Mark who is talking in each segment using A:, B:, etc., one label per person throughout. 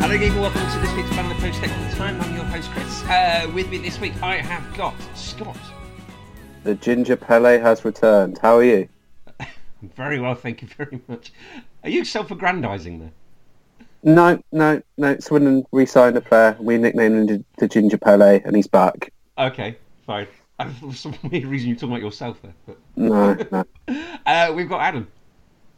A: Hello, Gable. Welcome to this week's Fan of the Post Extra Time. I'm your host, Chris. Uh, with me this week, I have got Scott.
B: The ginger Pele has returned. How are you?
A: Very well, thank you very much. Are you self-aggrandising there?
B: No, no, no. Swindon re-signed a player. We nicknamed him the ginger Pele, and he's back.
A: Okay, fine. I- For some weird reason, you're talking about yourself there. But,
B: No, no.
A: uh, we've got Adam.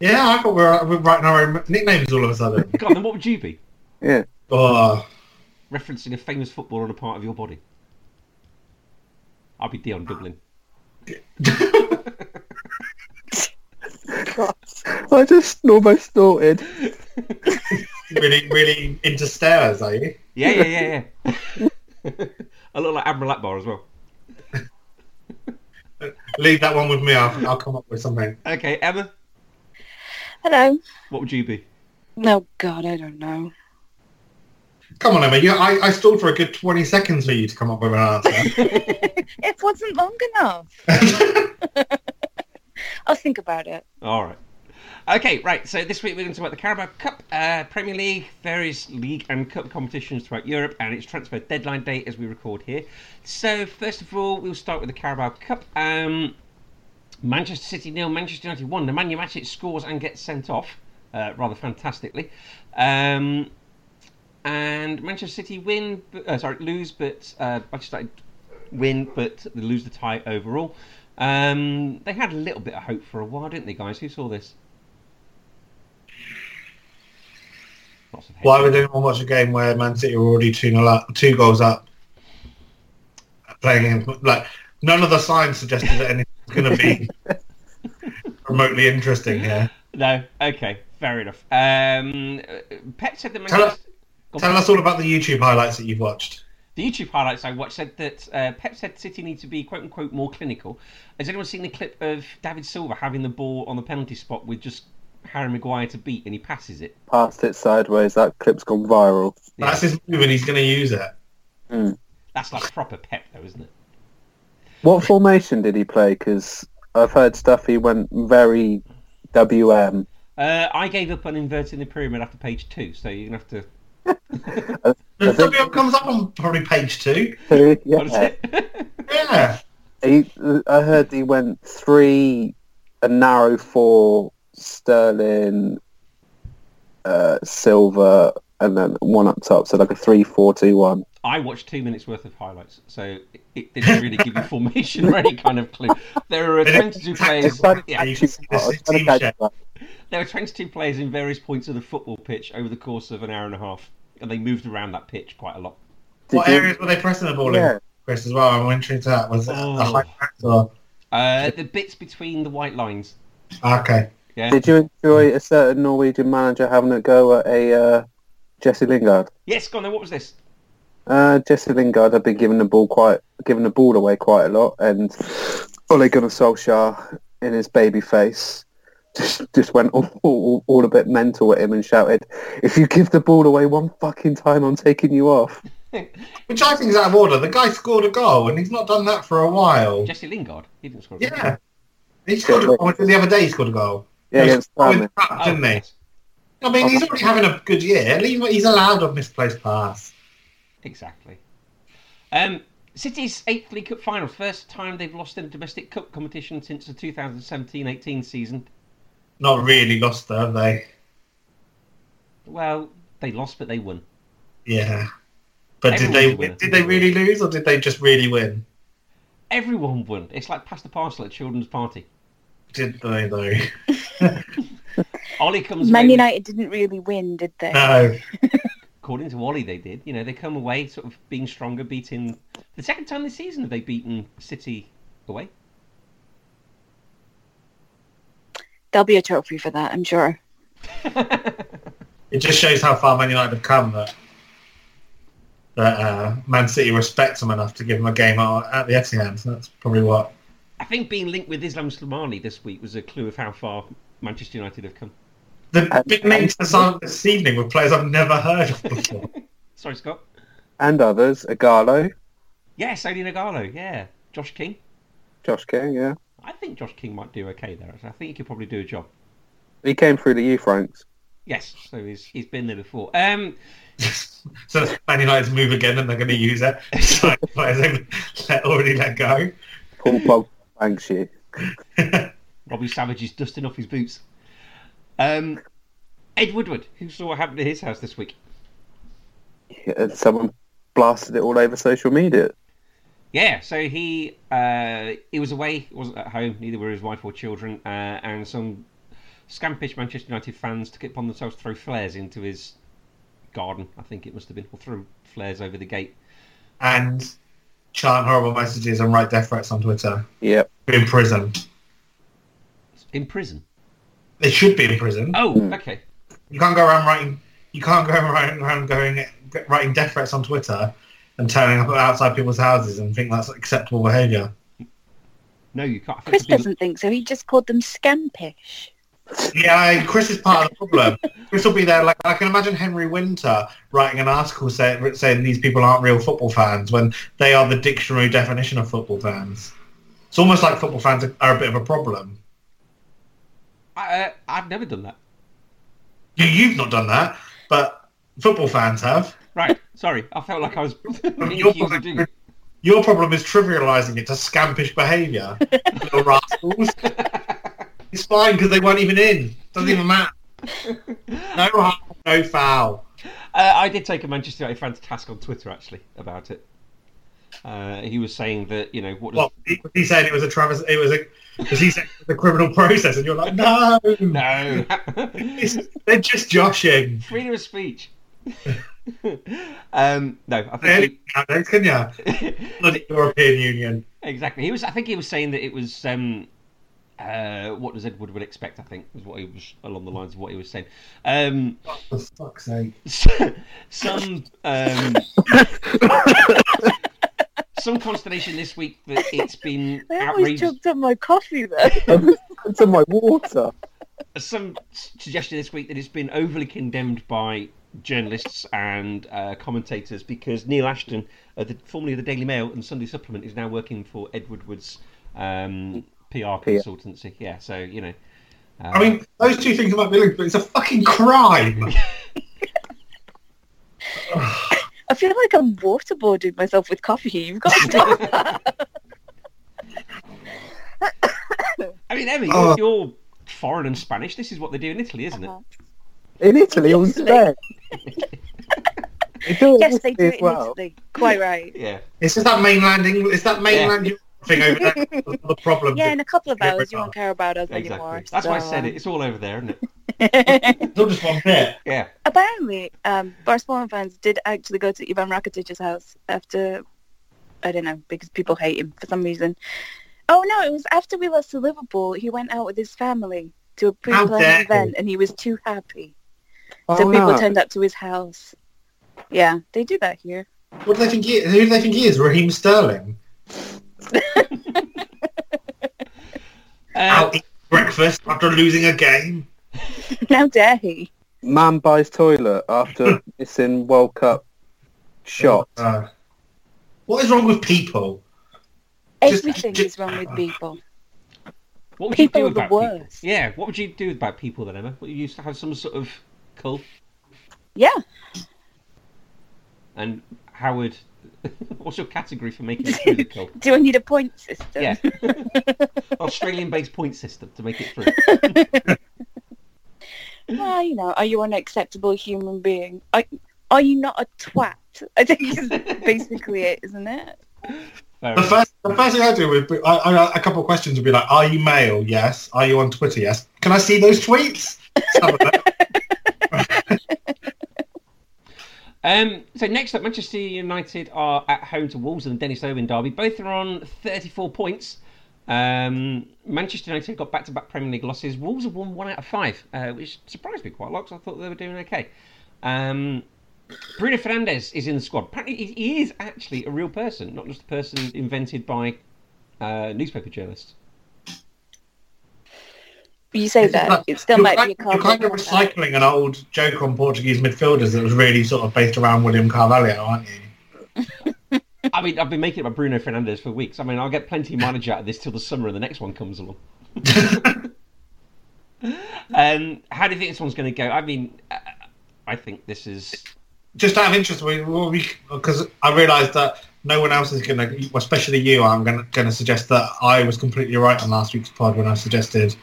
C: Yeah, I thought we were, we were writing our own nicknames all of a sudden.
A: God, then what would you be?
B: Yeah.
C: oh,
A: Referencing a famous footballer on a part of your body. I'd be Dion Dublin.
B: I just almost snorted.
C: really, really into stairs, are you?
A: Yeah, yeah, yeah, yeah. I look like Admiral Akbar as well.
C: Leave that one with me. I'll, I'll come up with something.
A: Okay, Emma,
D: Hello.
A: what would you be?
D: Oh God, I don't know.
C: Come on, Emma. You, I, I stalled for a good 20 seconds for you to come up with an answer.
D: It wasn't long enough. I'll think about it.
A: All right. Okay, right. So this week we're going to talk about the Carabao Cup, uh, Premier League, various league and cup competitions throughout Europe, and its transfer deadline date as we record here. So first of all, we'll start with the Carabao Cup. Um, Manchester City nil, Manchester United one. Nemanja Matic scores and gets sent off, uh, rather fantastically. Um, and Manchester City win, but, uh, sorry, lose, but uh, Manchester United win, but they lose the tie overall. Um, they had a little bit of hope for a while, didn't they, guys? Who saw this? Lots of hate.
C: Why would anyone watch a game where Man City were already 2 nil up, two goals up, playing against, like, none of the signs suggested that anything was going to be remotely interesting here.
A: No, okay, fair enough. Um, Pep said that
C: Tell us-
A: Manchester. Go on.
C: Tell us all about the YouTube highlights that you've watched.
A: The YouTube highlights I watched said that uh, Pep said City need to be quote unquote more clinical. Has anyone seen the clip of David Silva having the ball on the penalty spot with just Harry Maguire to beat and he passes it?
B: Passed it sideways. That clip's gone viral.
A: Yeah.
C: That's his move and he's going to use it.
A: That's like proper Pep though, isn't it?
B: What formation did he play? Because I've heard stuff he went very WM.
A: Uh, I gave up on inverting the pyramid after page two, so you're gonna have to.
C: The
B: think-
C: WM comes up on probably page two.
B: Who-
A: What is
B: Yeah.
A: it?
C: Yeah.
B: He, I heard he went three, a narrow four, Sterling, uh, Silver, and then one up top. So like a three, four, two, one.
A: I watched two minutes worth of highlights, so it didn't really give you formation or any kind of clue. There are 22 players.
B: It's like
A: Yeah,
C: you can see this
B: I was
C: is
B: trying to
C: team
B: catch
C: shape.
B: that.
A: There were 22 players in various points of the football pitch over the course of an hour and a half, and they moved around that pitch quite a lot.
B: Did
C: what
B: you-
C: areas were they pressing the ball
B: Yeah.
C: in, Chris, as well? I'm interested in that. Was it
A: Oh.
C: a high press or...
A: Uh, the bits between the white lines.
C: Okay.
A: Yeah.
B: Did you enjoy a certain Norwegian manager having a go at a uh, Jesse Lingard?
A: Yes, go on then. What was this?
B: Uh, Jesse Lingard had been giving the ball quite, giving the ball away quite a lot, and Ole Gunnar Solskjaer in his baby face just just went all, all, all a bit mental at him and shouted, "If you give the ball away one fucking time, I'm taking you off."
C: Which I think is out of order. The guy scored a goal and he's not done that for a while.
A: Jesse Lingard. He didn't score. a goal.
C: Yeah. He scored a
B: wait.
C: goal. The other day he scored a goal.
B: Yeah,
C: He
B: against Oh.
C: scored in
B: Palmer.
C: the cup,
A: Oh,
C: didn't he?
A: yes,
C: I mean, he's already having a good year. Leave him- He's allowed a misplaced pass.
A: Exactly. Um, City's eighth League Cup final. First time they've lost in a domestic cup competition since the 2017-18 season.
C: Not really lost, though, have they?
A: Well, they lost, but they won.
C: Yeah. But did
A: Everyone's
C: they
A: a winner.
C: did they really lose or did they just really win?
A: Everyone won. It's like past the parcel at a children's party.
C: did they though?
A: Ollie comes away
D: Man
A: with-
D: United didn't really win, did they?
C: No.
A: according to Wally, they did. You know, they come away sort of being stronger, beating the second time this season have they beaten City away.
D: There'll be a trophy for that, I'm sure.
C: It just shows how far Man United have come that that uh, Man City respects them enough to give them a game at, at the Etihad. So that's probably what.
A: I think being linked with Islam Slimani this week was a clue of how far Manchester United have come.
C: The
B: And-
C: big names that signed this evening were players I've never heard of before.
A: Sorry, Scott.
B: And others, Igalo,
A: Yes, Oli Nagalo. Yeah, Josh King.
B: Josh King, yeah.
A: I think Josh King might do okay there. actually. I think he could probably do a job.
B: He came through the youth ranks.
A: Yes, so he's he's been there before. Um,
C: so Man United's move again, and they're going to use it. Sign players they've let- already let go.
B: Paul Pogba thanks you.
A: Robbie Savage is dusting off his boots. Um, Ed Woodward, who saw what happened at his house this week?
B: And someone blasted it all over social media.
A: Yeah, so he uh, he was away, he wasn't at home. Neither were his wife or children, uh, and some scampish Manchester United fans took it upon themselves to throw flares into his garden. I think it must have been, or throw flares over the gate.
C: and chant horrible messages and write death threats on Twitter.
B: Yep.
C: Be in prison.
A: In prison.
C: They should be in prison.
A: Oh,
B: Hmm.
A: okay.
C: You can't go around writing. You can't go around, around going writing death threats on Twitter and turning up outside people's houses and think that's acceptable behaviour.
A: No, you can't. I think
D: Chris
A: it's been-
D: doesn't think so. He just called them scampish.
C: Yeah, I- Chris is part of the problem. Chris will be there. Like I can imagine Henry Winter writing an article saying saying these people aren't real football fans when they are the dictionary definition of football fans. It's almost like football fans are a bit of a problem.
A: I, uh, I've never done that.
C: You, you've not done that, but football fans have.
A: Right, sorry. I felt like I was being
C: Your
A: accused of doing it.
C: Your problem is trivialising it to scampish behaviour, little rascals. It's fine because they weren't even in. Doesn't even matter. No harm, no foul.
A: Uh, I did take a Manchester United fan to task on Twitter actually about it. Uh, he was saying that you know what does
C: What he, he said it was a Travis. It was a. Because he said it was a criminal process, and you're like, no,
A: no
C: It's, they're just joshing.
A: freedom of speech. um, no, I think
C: Really,
A: he,
C: nowadays, can ya? Bloody European Union.
A: exactly. He was. I think he was saying that it was. Um, uh, what does Edward would expect? I think was what he was along the lines of what he was saying. Um,
C: For fuck's sake.
A: some um, some consternation this week that it's been
D: They always
A: outrageous.
D: choked on my coffee, though.
B: It's in my water.
A: some suggestion this week that it's been overly condemned by journalists and uh, commentators because Neil Ashton, uh, the, formerly of the Daily Mail and Sunday Supplement, is now working for Edward Wood's um, PR consultancy. Yeah, so you know, uh,
C: I mean, those two things might be linked, but it's a fucking crime.
D: I feel like I'm waterboarding myself with coffee. You've got to stop that.
A: I mean, Emmy, you're,
C: Oh.
A: you're foreign and Spanish. This is what they do in Italy, isn't it?
D: Uh-huh.
B: In Italy, on
D: Italy.
B: Spain. They do it
D: yes, they do
B: as
D: it
B: well.
D: in Italy. Quite right.
A: Yeah,
C: It's just that mainland England. It's that mainland Europe thing over there. that's The problem.
D: Yeah, in a couple of
C: Yeah,
D: hours, you won't care about us
A: exactly.
D: anymore.
A: That's why I
D: so,
A: said
D: um,
A: it. It's all over there, isn't it?
C: It's all just one bit.
A: Yeah.
D: Apparently, um, Barcelona fans did actually go to Ivan Rakitic's house after, I don't know, because people hate him for some reason. Oh no, it was after we lost to Liverpool. He went out with his family to a
C: dare
D: pre-planned
C: you.
D: event, and he was too happy.
B: Oh,
D: so people
B: no.
D: turned up to his house. Yeah, they do that here.
C: What do they think? He is? Who do they think he is? Raheem Sterling
A: Uh,
C: out eating breakfast after losing a game.
D: How dare he?
B: Man buys toilet after missing World Cup shot.
C: Uh, what is wrong with people? Just-
D: Everything
C: just-
D: is wrong with people.
A: what would
D: people
A: you
D: are
A: do
D: the
A: about people?
D: worst.
A: Yeah, what would you do about people then, Emma? Would you used to have some sort of cult?
D: Yeah,
A: And Howard, what's your category for making it through the cup?
D: do I need a point system?
A: Yeah. Australian-based point system to make it through.
D: Well, you know, are you an acceptable human being? Are, are you not a twat? I think is basically it, isn't it?
A: Fair
C: The
A: enough.
C: first, the first thing I do would be, I, I, a couple of questions would be like, are you male? Yes. Are you on Twitter? Yes. Can I see those tweets? Let's have a look.
A: Um, so next up, Manchester United are at home to Wolves and the Dennis Owen derby. Both are on 34 points. Um, Manchester United got back-to-back Premier League losses. Wolves have won one out of five, uh, which surprised me quite a lot 'cause I thought they were doing okay. Um, Bruno Fernandez is in the squad. Apparently, he- he is actually a real person, not just a person invented by uh, newspaper journalists.
D: You say that, it still
C: You're
D: might
C: kind-
D: be a
C: You're kind of
D: compliment.
C: recycling an old joke on Portuguese midfielders that was really sort of based around William Carvalho, aren't you?
A: I mean, I've been making it about Bruno Fernandez for weeks. I mean, I'll get plenty of mileage out of this till the summer and the next one comes along. um, how do you think this one's going to go? I mean, uh, I think this is.
C: Just out of interest, we because I realised that no one else is going to, especially you, I'm going to suggest that I was completely right on last week's pod when I suggested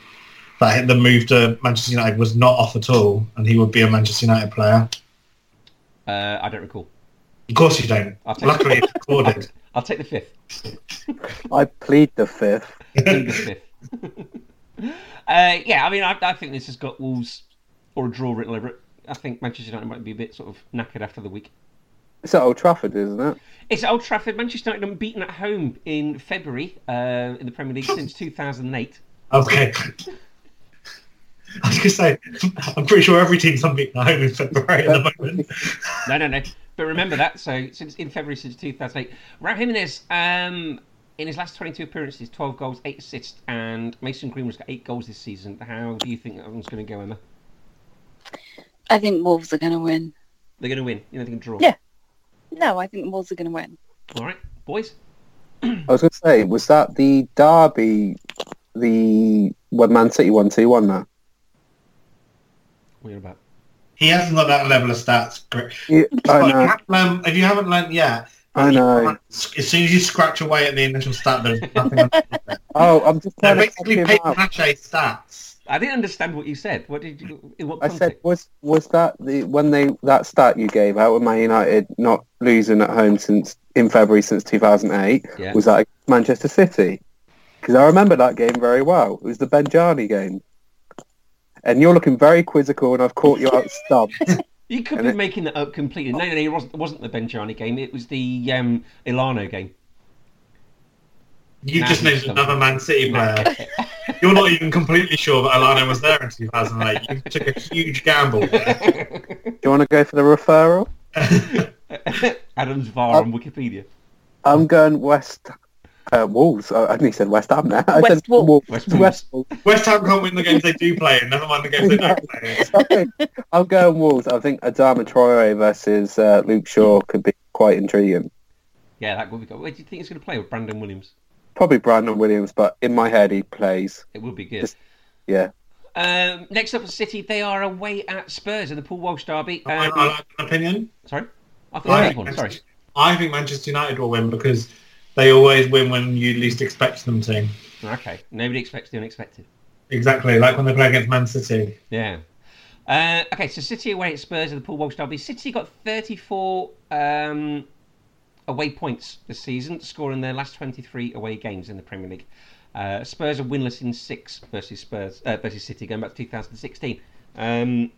C: that the move to Manchester United was not off at all and he would be a Manchester United player.
A: Uh, I don't recall.
C: Of course you don't.
A: I'll take-
C: Luckily, it's recorded.
A: I'll take the fifth.
B: I plead the fifth.
A: Take the fifth. uh, yeah, I mean, I, I think this has got Wolves or a draw written over it. I think Manchester United might be a bit sort of knackered after the week.
B: It's at Old Trafford, isn't it?
A: It's Old Trafford. Manchester United unbeaten at home in February uh, in the Premier League since 2008.
C: Okay. I was going to say, I'm pretty sure every team's on beaten at home in February at the moment.
A: No, no, no. But remember that. So since in February since 2008, Raúl Jiménez, um, in his last 22 appearances, 12 goals, 8 assists, and Mason Greenwood's got 8 goals this season. How do you think that one's going to go, Emma?
D: I think Wolves are going to win.
A: They're going to win. You know, they can draw.
D: Yeah. No, I think Wolves are going to win.
A: All right, boys.
B: I was going to say, was that the derby, the when Man City won 2-1 there?
A: What are you about?
C: He hasn't got that level of stats. Gr-
B: Yeah,
C: But
B: I
C: if you
B: know,
C: haven't learned- if you haven't learnt yet,
B: I know.
C: as soon as you scratch away at the initial stat, there's nothing. on top of it.
B: Oh, I'm just
C: They're
B: trying to
C: basically
B: pick him up.
C: papier-mâché stats.
A: I didn't understand what you said. What did you? In what
B: I
A: context?
B: said, was was that the when they that stat you gave out with Man United not losing at home since in February since 2008?
A: Yeah.
B: Was that against Manchester City? Because I remember that game very well. It was the Benjani game, and you're looking very quizzical, and I've caught you out stumped.
A: you could
B: and
A: be
B: it-
A: making that up completely. No, no, no. It wasn't, it wasn't the Benjani game. It was the um, Ilano game.
C: You
A: Nah,
C: just
A: he's
C: named
A: still-
C: another Man City player. You're not even completely sure that Alano was there in 2008. You took a huge gamble. there.
B: Do you want to go for the referral?
A: Adam's VAR
B: Oh.
A: on Wikipedia.
B: I'm going West uh, Wolves. I I nearly said West Ham now. I
D: West
B: said
D: Wolves.
A: West Wolves.
B: West Wolves.
C: West Ham can't win the games they do play, and never mind the games they don't play. in.
B: Sorry. I'm going Wolves. I think Adama Traore versus uh, Luke Shaw could be quite intriguing.
A: Yeah, that will be good. Where do you think it's going to play with Brandon Williams?
B: Probably Brandon Williams, but in my head he plays.
A: It will be good.
B: Just- Yeah.
A: Um, next up is City. They are away at Spurs in the Paul Walsh derby.
C: Oh, I,
A: Um,
C: I like an opinion.
A: Sorry, I thought I
C: I
A: had one.
C: think
A: Sorry.
C: Manchester- I think Manchester United will win because they always win when you least expect them to.
A: Okay, nobody expects the unexpected.
C: Exactly, like when they play against Man City.
A: Yeah. Uh, okay, so City away at Spurs in the Paul Walsh derby. City got 34 um, away points this season, scoring their last 23 away games in the Premier League. Uh, Spurs are winless in six versus Spurs uh, versus City, going back to 2016. Um,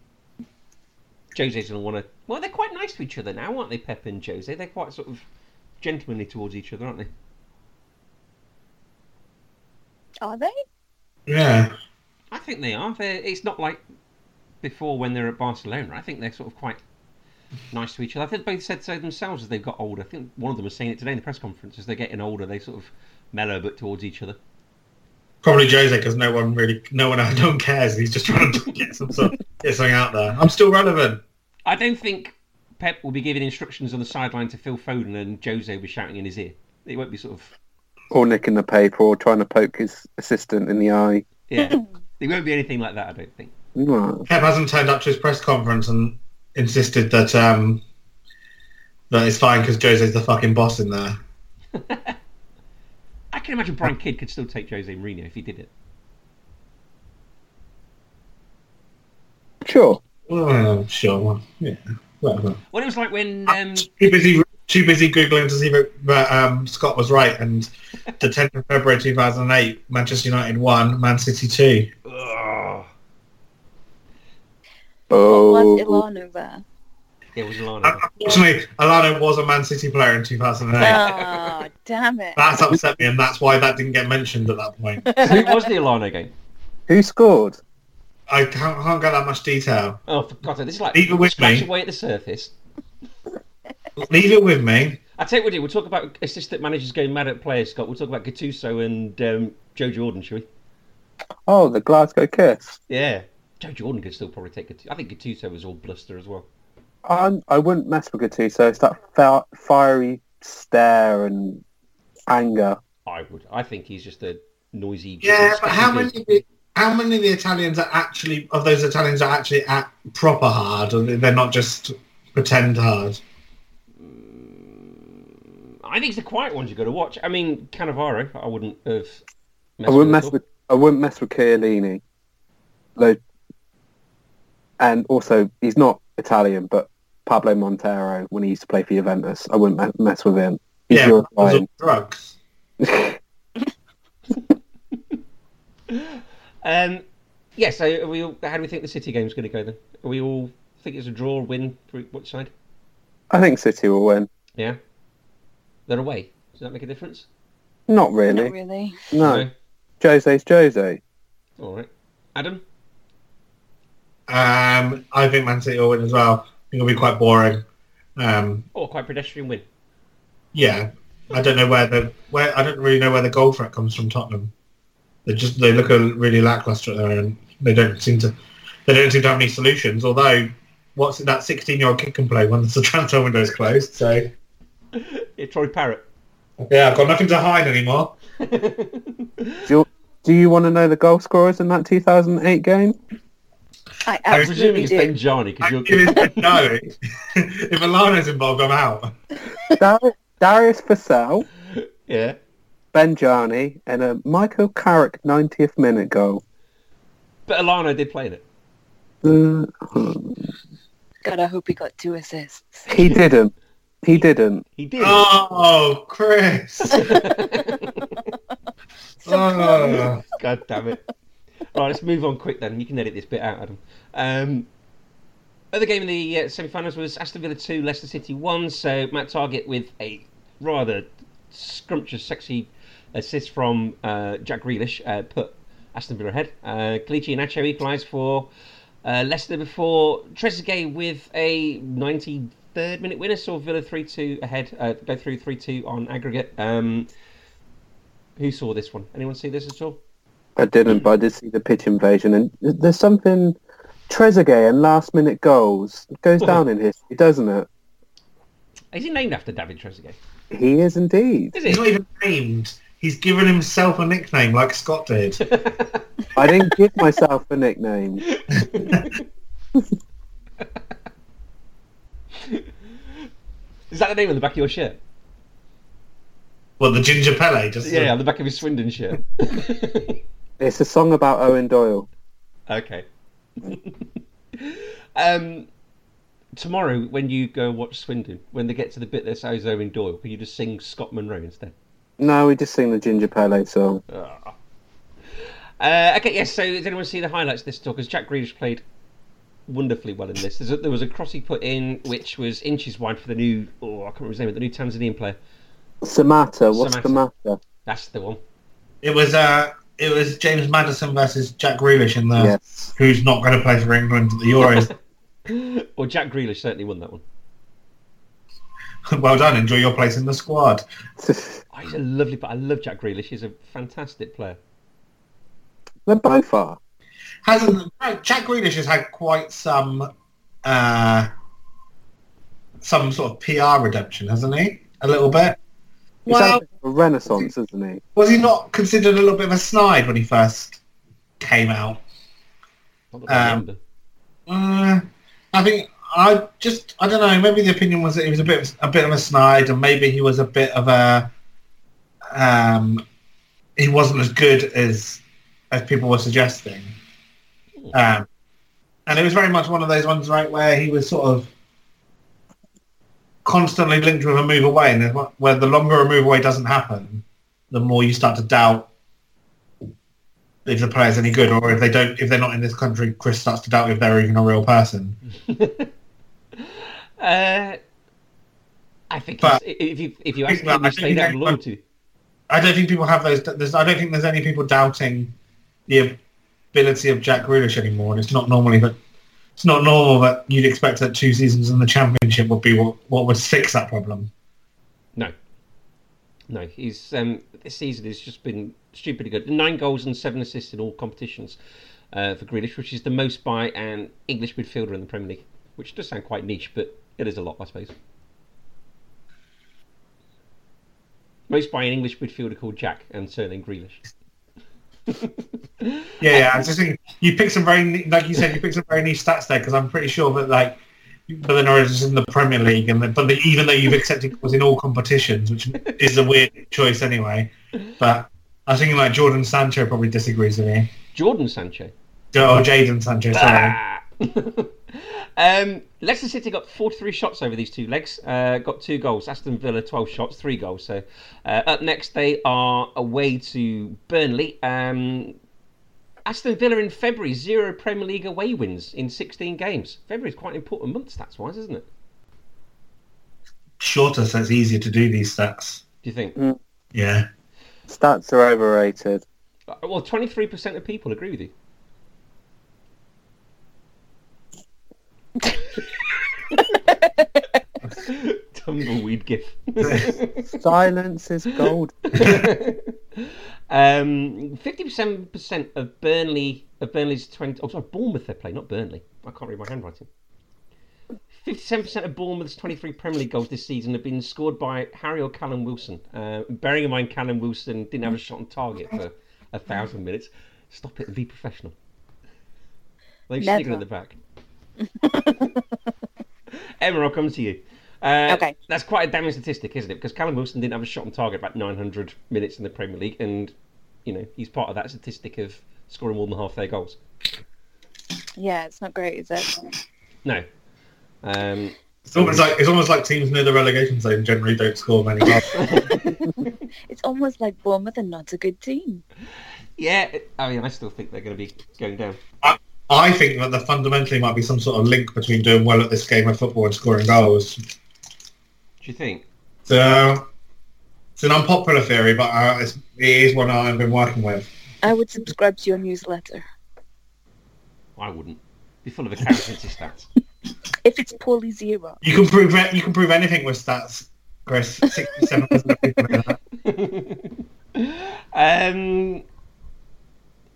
A: Jose's going to want to. Well, they're quite nice to each other now, aren't they? Pep and Jose, they're quite sort of gentlemanly towards each other, aren't they?
D: Are they?
C: Yeah.
A: I think they are. They're, it's not like before when they were at Barcelona. I think they're sort of quite nice to each other. I think both said so themselves as they've got older. I think one of them was saying it today in the press conference. As they're getting older, they sort of mellow but towards each other.
C: Probably Jose because no one really, no one, no one cares. He's just trying to get some sort, get something out there. I'm still relevant.
A: I don't think Pep will be giving instructions on the sideline to Phil Foden and Jose was shouting in his ear. It won't be sort of
B: Or nicking the paper or trying to poke his assistant in the eye.
A: yeah. it won't be anything like that. I don't think.
B: Mm.
C: Pep hasn't turned up to his press conference and insisted that um, that it's fine because Jose's the fucking boss in there.
A: I can imagine Brian Kidd could still take Jose Mourinho if he did it.
B: Sure.
C: Well, sure, well, yeah, whatever.
A: Well, it was like when um,
C: Too busy, too busy googling to see if it- that um, Scott was right. And the 10th of February 2008, Manchester United won, Man City two. Ah.
A: Ugh.
D: Was
B: Oh,
D: Ilana there?
A: It was Lana.
C: Unfortunately, Alano was a Man City player in 2008.
D: Oh, damn it.
C: That's upset me, and that's why that didn't get mentioned at that point.
A: Who was the Alana game?
B: who scored?
C: I can't, can't get that much detail.
A: Oh, for God's sake, this is like
C: Leave it with
A: scratch
C: me.
A: away at the surface.
C: Leave it with me.
A: I tell you what, we'll do. We'll talk about assistant managers going mad at players, Scott. We'll talk about Gattuso and um, Joe Jordan, shall we?
B: Oh, the Glasgow Kiss.
A: Yeah. Joe Jordan could still probably take Gattuso. I think Gattuso was all bluster as well.
B: I'm, I wouldn't mess with Gattuso. So it's that fi- fiery stare and anger.
A: I would. I think he's just a noisy.
C: Yeah, but how
A: scumbag.
C: many? of the- How many of the Italians are actually of those Italians are actually at proper hard, and they're not just pretend hard?
A: I think it's the quiet ones you've got to watch. I mean, Cannavaro, I wouldn't have. Messed
B: I wouldn't
A: at
B: mess
A: all.
B: with. I wouldn't mess with Chiellini. Like, and also he's not Italian, but Pablo Montero when he used to play for Juventus, I wouldn't me- mess with him. He's
C: yeah, because
B: Uruguayan.
C: of drugs.
A: Um, yeah, so are we all, how do we think the City game's going to go then? Are we all think it's a draw, win for which side?
B: I think City will win.
A: Yeah. They're away. Does that make a difference?
B: Not really.
D: Not really.
B: No. Jose's Jose.
A: All right. Adam?
C: Um, I think Man City will win as well. I think it'll be quite boring. Um,
A: Oh, quite pedestrian win.
C: yeah, I don't know where the where I don't really know where the goal threat comes from. Tottenham, they just they look a really lackluster at their end. They don't seem to they don't seem to have any solutions. Although, what's it, that sixteen year old kid can play once the transfer window is closed? So
A: Yeah, Troy Parrott.
C: yeah, I've got nothing to hide anymore.
B: Do you, do you want to know the goal scorers in that 2008 game?
D: I
C: I'm
A: Presuming
D: absolutely
A: it's
D: do.
A: Ben Johnny, because
C: I-
A: you're
C: if- no, if Alano's involved, I'm out.
B: Dar- Darius Vassell,
A: Yeah.
B: Benjani, and a Michael Carrick 90th minute goal.
A: But Alano did play in it.
B: Uh,
D: God, I hope he got two assists.
B: he didn't. He didn't.
A: He did.
C: Oh, Chris! oh.
A: God damn it. All right, let's move on quick then. You can edit this bit out, Adam. Um, other game in the uh, semi-finals was Aston Villa 2, Leicester City 1. So Matt Target with a rather scrumptious, sexy assist from uh, Jack Grealish uh, put Aston Villa ahead. Uh, Kalichi and Acho equalised for uh, Leicester before Trezeguet with a 93rd minute winner saw Villa 3-2 ahead, uh, go through 3-2 on aggregate. Um, who saw this one? Anyone see this at all?
B: I didn't, but I did see the pitch invasion. And there's something Trezeguet and last minute goals goes down in history, doesn't it?
A: Is he named after David Trezeguet?
B: He is indeed.
A: Is
C: He's
A: it?
C: not even named. He's given himself a nickname like Scott did.
B: I didn't give myself a nickname.
A: Is that the name on the back of your shirt?
C: well, the Ginger Pele just
A: Yeah, on the back of his Swindon shirt.
B: It's a song about Owen Doyle.
A: okay. um, tomorrow, when you go watch Swindon, when they get to the bit that says Owen Doyle, can you just sing Scott Monroe instead?
B: No, we just sing the Ginger Pele song.
A: Uh, okay, yes. So, did anyone see the highlights of this tour? Because Jack Grealish played wonderfully well in this. There's a, there was a cross he put in, which was inches wide for the new, oh, I can't remember his name, but the new Tanzanian player.
B: Samata, what's the
A: Samata.
B: matter?
A: That's the one.
C: It was uh, it was James Madison versus Jack Grealish in the
B: Yes.
C: who's not going to play for England at the Euros.
A: Or Jack Grealish certainly won that one.
C: well done, enjoy your place in the squad.
A: Oh, he's a lovely. But I love Jack Grealish. He's a fantastic player.
B: They both are.
C: Hasn't Jack Grealish has had quite some uh, some sort of PR redemption, hasn't he? A little bit.
B: He's
C: Well,
B: had a renaissance, isn't he?
C: was he not considered a little bit of a snide when he first came out?
A: Not that I
C: Um,
A: remember.
C: Uh, I think I just I don't know. Maybe the opinion was that he was a bit a bit of a snide, and maybe he was a bit of a um, he wasn't as good as as people were suggesting. Um, and it was very much one of those ones, right, where he was sort of constantly linked with a move away, and there's one- where the longer a move away doesn't happen, the more you start to doubt if the player's any good, or if they don't, if they're not in this country, Chris starts to doubt if they're even a real person.
A: Uh, I think
C: But-
A: it's- if you if you
C: Think
A: ask
C: about-
A: them, they
C: I think
A: say
C: you
A: they're
C: don't-
A: loyalty.
C: I don't think people have those. There's, I don't think there's any people doubting the ability of Jack Grealish anymore, and it's not normally that. It's not normal that you'd expect that two seasons in the championship would be what, what would fix that problem.
A: No, no. He's um, this season has just been stupidly good. Nine goals and seven assists in all competitions uh, for Grealish, which is the most by an English midfielder in the Premier League, which does sound quite niche, but it is a lot, I suppose. Most by an English midfielder called Jack and surname Grealish.
C: Yeah, yeah. I was just thinking, you picked some very, ni- like you said, you picked some very niche stats there because I'm pretty sure that like, but then it's in the Premier League, and the, but the, even though you've accepted goals in all competitions, which is a weird choice anyway. But I was thinking like Jordan Sancho probably disagrees with me.
A: Jordan Sancho.
C: Oh, Jaden Sancho, sorry.
A: Ah. um, Leicester City got 43 shots over these two legs, uh, got two goals. Aston Villa 12 shots, three goals. So uh, up next they are away to Burnley. Um, Aston Villa in February zero Premier League away wins in 16 games. February is quite an important month stats wise, isn't it?
C: Shorter, so it's easier to do these stats.
A: Do you think?
C: Yeah.
B: Stats are overrated.
A: Uh, Well, 23% of people agree with you. Tumbleweed gif.
B: Silence is gold.
A: Um, fifty-seven percent of Burnley of Burnley's twenty. Oh, sorry, Bournemouth they play, not Burnley. I can't read my handwriting. Fifty-seven percent of Bournemouth's twenty-three Premier League goals this season have been scored by Harry or Callum Wilson. Uh, bearing in mind Callum Wilson didn't have a shot on target for a thousand minutes. Stop it and be professional. They've
D: Never.
A: sneaking at the back. Emma, I'll come to you. Uh,
D: Okay.
A: That's quite a damning statistic, isn't it? Because Callum Wilson didn't have a shot on target about 900 minutes in the Premier League, and you know he's part of that statistic of scoring more than half their goals.
D: Yeah, it's not great, is it?
A: No. Um,
C: It's almost like it's almost like teams near the relegation zone generally don't score many goals.
D: It's almost like Bournemouth are not a good team.
A: yeah, I mean, I still think they're going to be going down.
C: I think that there fundamentally might be some sort of link between doing well at this game of football and scoring goals.
A: Do you think?
C: So it's an unpopular theory, but uh, it's, it is one I've been working with.
D: I would subscribe to your newsletter.
A: I wouldn't. Be full of accountancy stats.
D: If it's poorly zero.
C: You can prove it, you can prove anything with stats, Chris. Sixty-seven percent of people know that.
A: Um,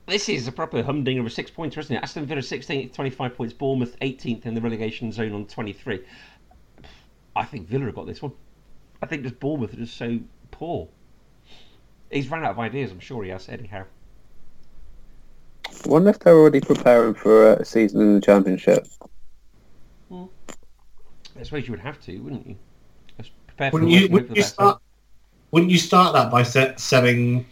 A: this is a proper humdinger of a six pointer, isn't it? Aston Villa 16th, 25 points. Bournemouth 18th in the relegation zone on 23. I think Villa have got this one. I think just Bournemouth are just so poor. He's run out of ideas, I'm sure he has, anyhow.
B: I wonder if they're already preparing for a season in the championship.
A: I suppose you would have to, wouldn't you? Just prepare for
C: Wouldn't
A: the
C: you?
A: worst and hope for
C: Wouldn't
A: the
C: you
A: best.
C: start? Wouldn't you start that by se- selling,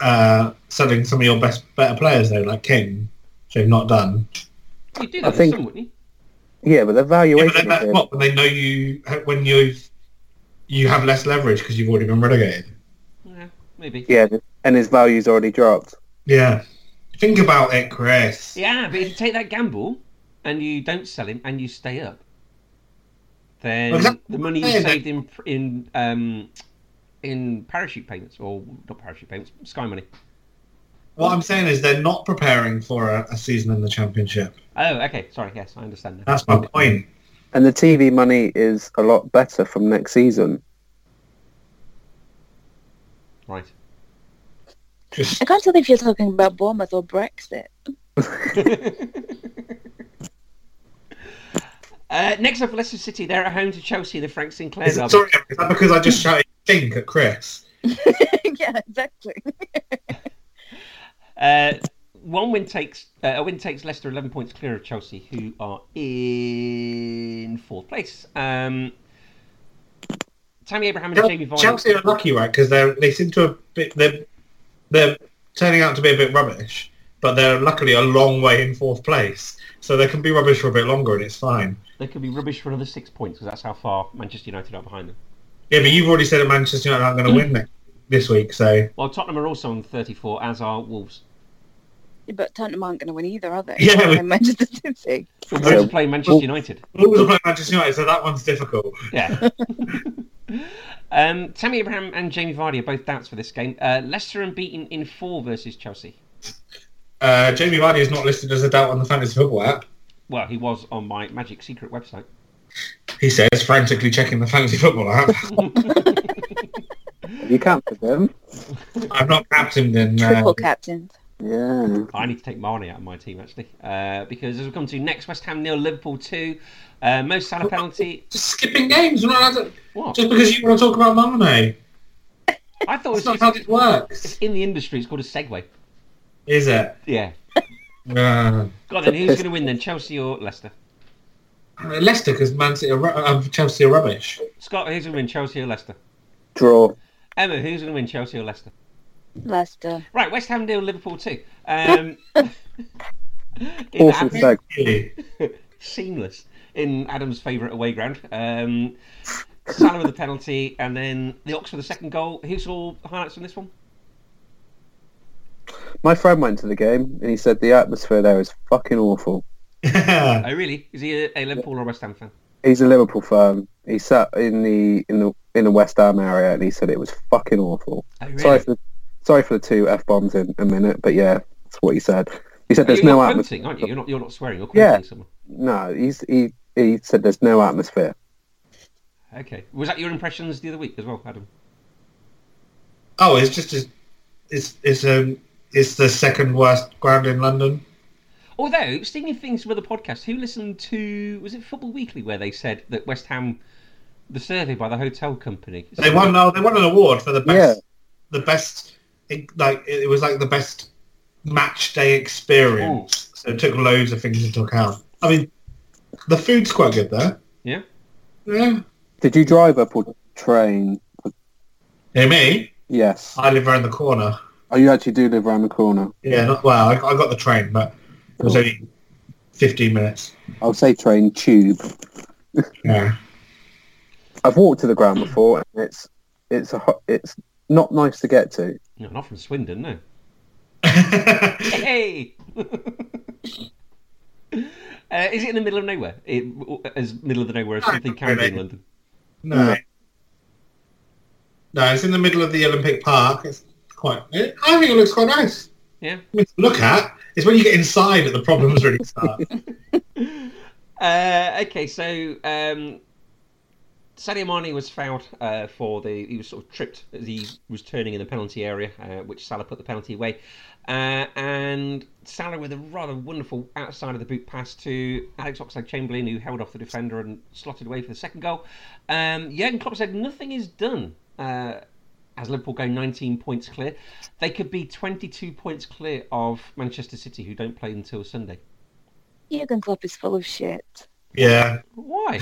C: uh, selling some of your best, better players though, like King, which they've not done.
A: You'd do
B: I
A: that with
B: think-
A: some, wouldn't you?
B: Yeah, but their
C: Yeah, but
B: valuation
C: then that's
B: is
C: what when they know you when you you have less leverage because you've already been relegated.
A: Yeah, maybe.
B: yeah, and his value's already dropped.
C: Yeah, think about it, Chris.
A: Yeah, but if you take that gamble and you don't sell him and you stay up, then
C: Well, that-
A: the money you
C: yeah,
A: saved in in um, in parachute payments or not parachute payments, sky money.
C: What I'm saying is they're not preparing for a, a season in the championship.
A: Oh, okay. Sorry. Yes, I understand now.
C: That's my point.
B: And the TV money is a lot better from next season.
A: Right.
C: Just
D: I can't tell if you're talking about Bournemouth or Brexit.
A: Uh, next up, Leicester City. They're at home to Chelsea in the Frank Sinclair
C: is,
A: derby.
C: sorry, is that because I just shouted "think" at Chris?
D: yeah, exactly.
A: Uh, one win takes uh, a win takes Leicester 11 points clear of Chelsea, who are in fourth place. Um, Tammy Abraham and Jamie Vardy.
C: Chelsea are lucky, right? Because they they seem to have bit, they're they're turning out to be a bit rubbish, but they're luckily a long way in fourth place, so they can be rubbish for a bit longer, and it's fine.
A: they could be rubbish for another six points because that's how far Manchester United are behind them.
C: Yeah, but you've already said that Manchester United aren't going to win next, this week, so
A: Well, Tottenham are also on 34, as are Wolves.
D: But Tottenham aren't going to win either, are they?
C: Yeah, we-
D: And Manchester City.
A: But Wolves
B: So-
A: are playing Manchester
B: Wolves-
A: United.
C: Wolves are playing Manchester United, so that one's difficult.
A: Yeah. um, Tammy Abraham and Jamie Vardy are both doubts for this game. Uh, Leicester unbeaten in four versus Chelsea.
C: Uh, Jamie Vardy is not listed as a doubt on the fantasy football app.
A: Well, he was on my magic secret website.
C: He says frantically checking the fantasy football app.
B: You can't for them.
C: I'm not captained in. Uh,
D: Triple captains.
B: Yeah.
A: I need to take Marnie out of my team actually, uh, because as we come to next, West Ham nil, Liverpool two. Uh, Mo Salah penalty.
C: just skipping games. We're not allowed to-
A: What?
C: just because you want to talk about Mane.
A: I thought
C: That's
A: it
C: not
A: was
C: how this works,
A: in the industry. It's called a segue.
C: is it?
A: Yeah.
C: Uh,
A: God, then who's going to win then, Chelsea or Leicester?
C: Leicester, because Man City are ru- uh, Chelsea are rubbish.
A: Scott, who's going to win, Chelsea or Leicester?
B: Draw.
A: Emma, who's going to win, Chelsea or Leicester?
D: Leicester.
A: Right, West Ham nil, Liverpool two. Um, in Adam-
B: Awful seg.
C: Really.
A: seamless in Adam's favourite away ground. Um, Salah with the penalty, and then the Ox with the second goal. Who saw the highlights from this one?
B: My friend went to the game and he said the atmosphere there is fucking awful.
A: Oh, really? Is he a, a Liverpool or West Ham fan?
B: He's a Liverpool fan. He sat in the in the in the West Ham area and he said it was fucking awful.
A: Oh, really?
B: Sorry for the, sorry for the two f bombs in a minute, but yeah, that's what he said. He said there's
A: you're
B: no
A: not
B: atmosphere.
A: quoting, aren't you? You're not. You're not swearing. You're
B: Yeah.
A: quoting someone.
B: No, he's he he said there's no atmosphere.
A: Okay. Was that your impressions the other week as well, Adam?
C: oh, it's just a, it's it's um it's the second worst ground in London.
A: Although, speaking of things from other podcasts, who listened to was it Football Weekly where they said that West Ham, the survey by the hotel company,
C: They won. Oh, they won an award for the best.
B: Yeah.
C: The best. It, like it, it was like the best match day experience. So it took loads of things into account. I mean, the food's quite good there.
A: Yeah.
C: Yeah.
B: Did you drive up or train?
C: Hey, me.
B: Yes.
C: I live around the corner.
B: Oh, you actually do live around the corner.
C: Yeah. Not well. I, I got the train, but it was
B: Cool.
C: only fifteen minutes.
B: I'll say train tube.
C: Yeah.
B: I've walked to the ground before, and it's it's a ho- it's not nice to get to.
A: No, not from Swindon, no.
C: yeah.
A: Hey. Uh, is it in the middle of nowhere? It, as middle of the nowhere as
C: No,
A: something
C: not
A: can be in
C: really.
A: London.
C: No. No, it's in the middle of the Olympic Park. It's quite. It, I think it looks quite nice.
A: Yeah.
C: I mean, to look at. It's when you get inside that the problems really start.
A: Uh, okay, so um, Sadio Mane was fouled uh, for the. He was sort of tripped as he was turning in the penalty area, uh, which Salah put the penalty away. Uh, and Salah with a rather wonderful outside of the boot pass to Alex Oxlade Chamberlain, who held off the defender and slotted away for the second goal. Um, Jurgen Klopp said nothing is done. Uh, as Liverpool go 19 points clear, they could be 22 points clear of Manchester City, who don't play until Sunday.
D: Jurgen Klopp is full of shit.
C: yeah.
A: Why?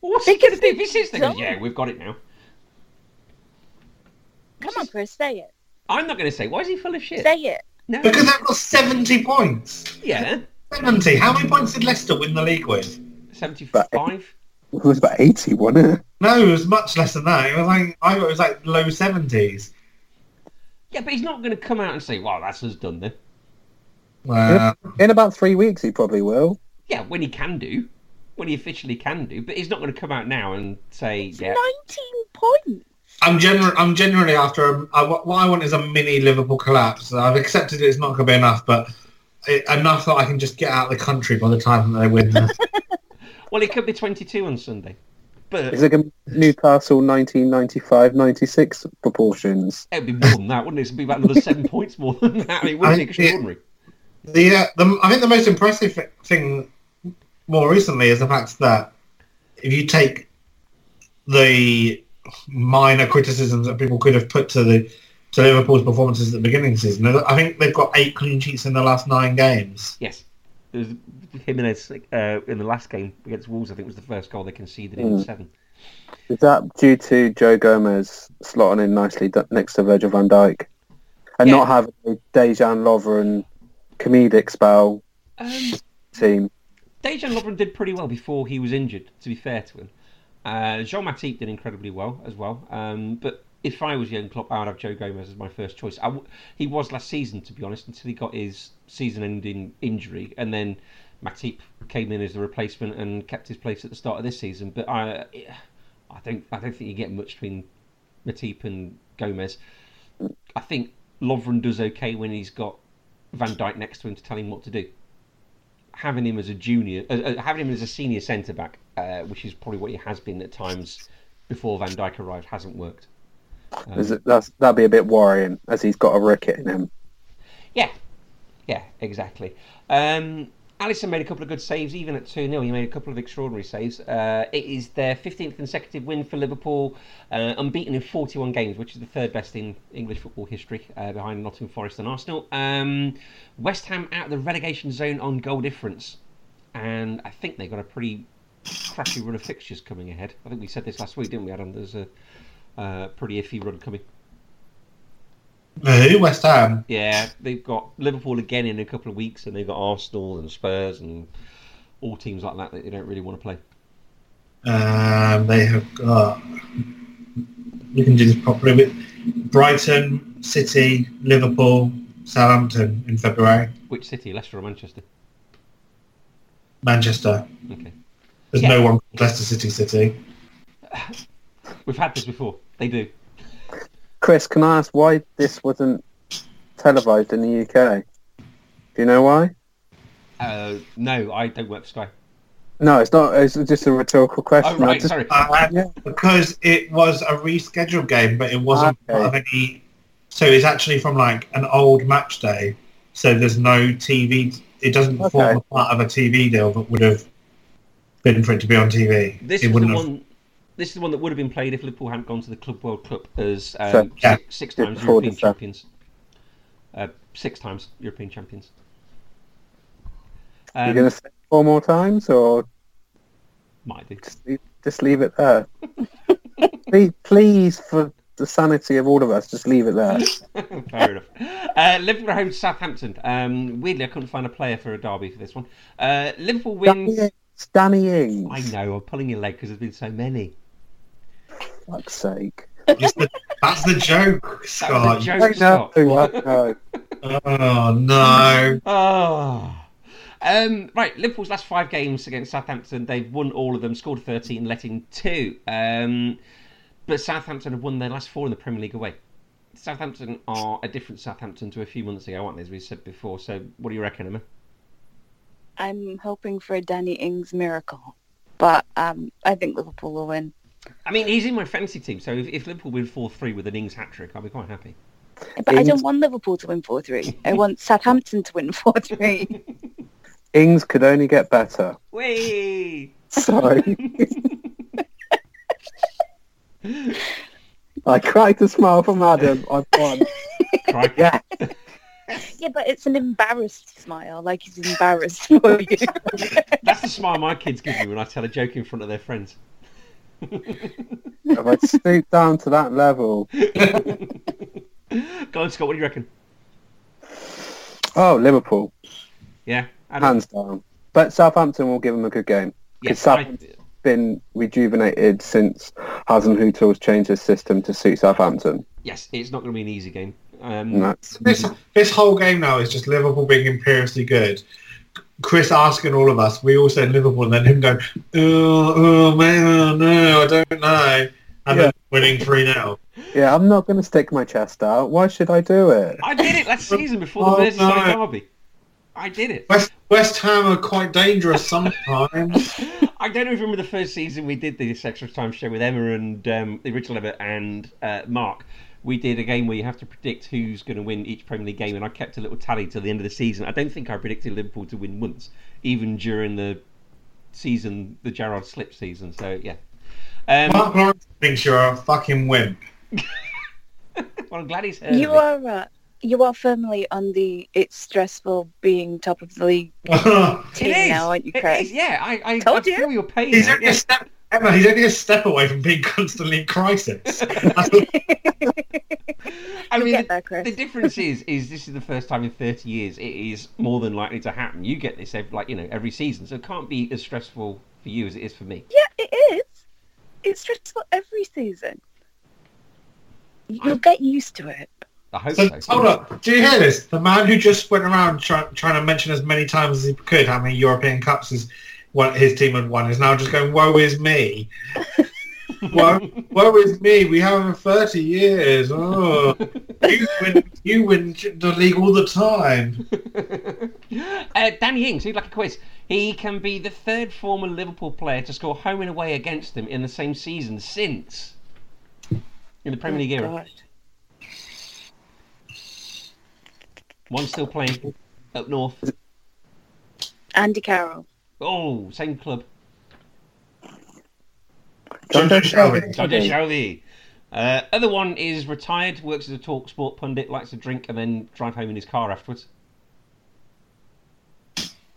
A: What's he going to do if he sits there? and goes,
D: don't.
A: Yeah, we've got it now.
D: Come on, Chris, say it.
A: I'm not going to say. Why is he full of shit?
D: Say it.
A: No.
C: Because they've got 70 points.
A: Yeah.
C: 70. How many points did Leicester win the league with?
A: 75.
B: It was about eighty, wasn't it?
C: No, it was much less than that. It was like, I thought it was like low 70s.
A: Yeah, but he's not going to come out and say, well, that's us done then.
C: Well,
B: In about three weeks, he probably will.
A: Yeah, when he can do. When he officially can do. But he's not going to come out now and say, yeah.
D: 19 points.
C: I'm, gener- I'm generally after, a, I, what what I want is a mini Liverpool collapse. I've accepted it's not going to be enough, but it, enough that I can just get out of the country by the time that they win the
A: Well, it could be 22 on Sunday. But
B: Is it gonna be Newcastle 1995-96 proportions?
A: it would be more than that, wouldn't it? It would be about another seven points more than that. I mean, wouldn't
C: I-
A: it? Extraordinary.
C: The, uh, the I think the most impressive thi- thing more recently is the fact that if you take the minor criticisms that people could have put to the to Liverpool's performances at the beginning of the season, I think they've got eight clean sheets in the last nine games.
A: Yes. There was Jimenez uh, in the last game against Wolves, I think, was the first goal they conceded in the
B: Mm.
A: seven.
B: Is that due to Joe Gomez slotting in nicely d- next to Virgil van Dijk and
A: Yeah.
B: not having a Dejan Lovren comedic spell
A: Um,
B: team?
A: Dejan Lovren did pretty well before he was injured. To be fair to him, uh, Jean Matip did incredibly well as well. Um, but if I was Jurgen Klopp, I would have Joe Gomez as my first choice. I w- he was last season, to be honest, until he got his season-ending injury, and then Matip came in as the replacement and kept his place at the start of this season. But I, I don't, I don't think you get much between Matip and Gomez. I think Lovren does okay when he's got Van Dyke next to him to tell him what to do. Having him as a junior, uh, uh, having him as a senior centre back, uh, which is probably what he has been at times before Van Dyke arrived, hasn't worked. Um,
B: Is it- that's, that'd be a bit worrying, as he's got a ricket in him.
A: Yeah, yeah, exactly. Um, Allison made a couple of good saves, even at 2 0. He made a couple of extraordinary saves. Uh, it is their 15th consecutive win for Liverpool, uh, unbeaten in 41 games, which is the third best in English football history, uh, behind Nottingham Forest and Arsenal. Um, West Ham out of the relegation zone on goal difference. And I think they've got a pretty crappy run of fixtures coming ahead. I think we said this last week, didn't we, Adam? There's a uh, pretty iffy run coming.
C: Who? West Ham.
A: Yeah, they've got Liverpool again in a couple of weeks, and they've got Arsenal and Spurs and all teams like that that they don't really want to play.
C: Um, they have got. You can do this properly with Brighton, City, Liverpool, Southampton in February,
A: Which city, Leicester or Manchester?
C: Manchester.
A: Okay,
C: There's
A: Yeah.
C: no one called Leicester City City.
A: we've had this before. They do.
B: Chris, can I ask why this wasn't televised in the UK? Do you know why?
A: Uh, no, I don't work for Sky.
B: No, it's not. It's just a rhetorical question.
A: Oh
B: I
A: right,
B: just-
A: sorry.
C: Uh,
B: Yeah.
C: Because it was a rescheduled game, but it wasn't
B: Okay.
C: part of any. So it's actually from like an old match day. So there's no TV. It doesn't
B: Okay.
C: form a part of a TV deal that would have been for it to be on TV.
A: This
C: it
A: is the
C: have-
A: one. This is the one that would have been played if Liverpool hadn't gone to the Club World Cup as um,
B: So,
C: yeah.
A: six, six times
B: Before
A: European
B: the stuff.
A: champions. Uh, six times European champions.
B: You're
A: Um,
B: going to say it four more times, or
A: Might do.
B: just leave, just leave it there? please, please, for the sanity of all of us, just leave it there.
A: Fair enough. Uh, Liverpool are home to Southampton. Um, weirdly, I couldn't find a player for a derby for this one. Uh, Liverpool
B: Danny
A: wins.
B: Ings, Danny Ings.
A: I know. I'm pulling your leg because there's been so many.
B: fuck's sake.
C: It's the- that's the joke,
A: That was
C: Scott.
A: a
C: You-
A: joke, Scott.
B: I know, I know.
C: Oh no!
A: Oh. Um, right, Liverpool's last five games against Southampton, they've won all of them, scored 13, letting two. Um, but Southampton have won their last four in the Premier League away. Southampton are a different Southampton to a few months ago, aren't they, as we said before? So, what do you reckon, Emma?
D: I'm hoping for a Danny Ings miracle, but um, I think Liverpool will win.
A: I mean, he's in my fantasy team, so if, if Liverpool win 4 3 with an Ings hat trick, I'll be quite happy.
D: But I
B: Ings-
D: don't want Liverpool to win 4-3. I want Southampton to win 4-3.
B: Ings could only get better.
A: Whee!
B: Sorry. I cracked a smile from Adam. I've won.
A: Cry.
B: Yeah.
D: yeah, but it's an embarrassed smile, like he's embarrassed for you.
A: That's the smile my kids give me when I tell a joke in front of their friends.
B: If I stoop down to that level.
A: Go on, Scott, what do you reckon?
B: Oh, Liverpool.
A: Yeah? Adam?
B: Hands down. But Southampton will give them a good game.
A: yes,
B: Southampton- Been rejuvenated since Hasan Hutel's changed his system to suit Southampton.
A: yes, it's not going to be an easy game. Um,
B: And that's
C: This this whole game now is just Liverpool being imperiously good. Chris asking all of us. We all said Liverpool, and then him going, "Oh, oh man, oh, no, I don't know," and
B: Yeah.
C: then winning three 0
B: Yeah, I'm not going to stick my chest out. Why should I do it?
A: I did it last season before the
C: Oh,
A: Merseyside
C: no.
A: derby. I did it.
C: West West Ham are quite dangerous sometimes.
A: I don't know if you remember the first season we did this extra time show with Emma and um, the original Emma and uh, Mark. We did a game where you have to predict who's going to win each Premier League game, and I kept a little tally till the end of the season. I don't think I predicted Liverpool to win once, even during the season, the Gerard slip season. So yeah, um,
C: Mark Lawrence thinks you're a fucking wimp.
A: well, I'm glad he's heard.
D: you
A: of it.
D: are uh, you are firmly on the it's stressful being top of the league team
A: It is.
D: now, aren't you,
A: It
D: Chris?
A: is, Yeah, I, I,
D: Told
A: I
D: you.
A: feel your pain.
C: he's
A: now,
C: only
A: yeah.
C: a step. Emma, he's only a step away from being constantly in crisis. That's
A: I I mean,
D: get there,
A: the,
D: Chris.
A: the difference is, is this is the first time in 30 years it is more than likely to happen. You get this every, like you know every season, so it can't be as stressful for you as it is for me.
D: Yeah, it is. It's stressful every season. You'll get used to it.
A: I hope
C: So,
A: so.
C: hold on. Do you hear this? The man who just went around try, trying to mention as many times as he could how many European Cups his, what his team had won is now just going, woe is me. woe, woe is me. We haven't in 30 years. Oh. You, win, you win the league all the time.
A: uh, Danny Ings, he'd like a quiz. He can be the third former Liverpool player to score home and away against them in the same season since in the Premier League era.
D: Oh, God.
A: One still playing up north.
D: Andy Carroll.
A: Oh, same club.
B: John
C: John
B: Shelby.
C: Shelby.
A: John Shelby. Uh, other one is retired, works as a talk sport pundit, likes to drink and then drive home in his car afterwards.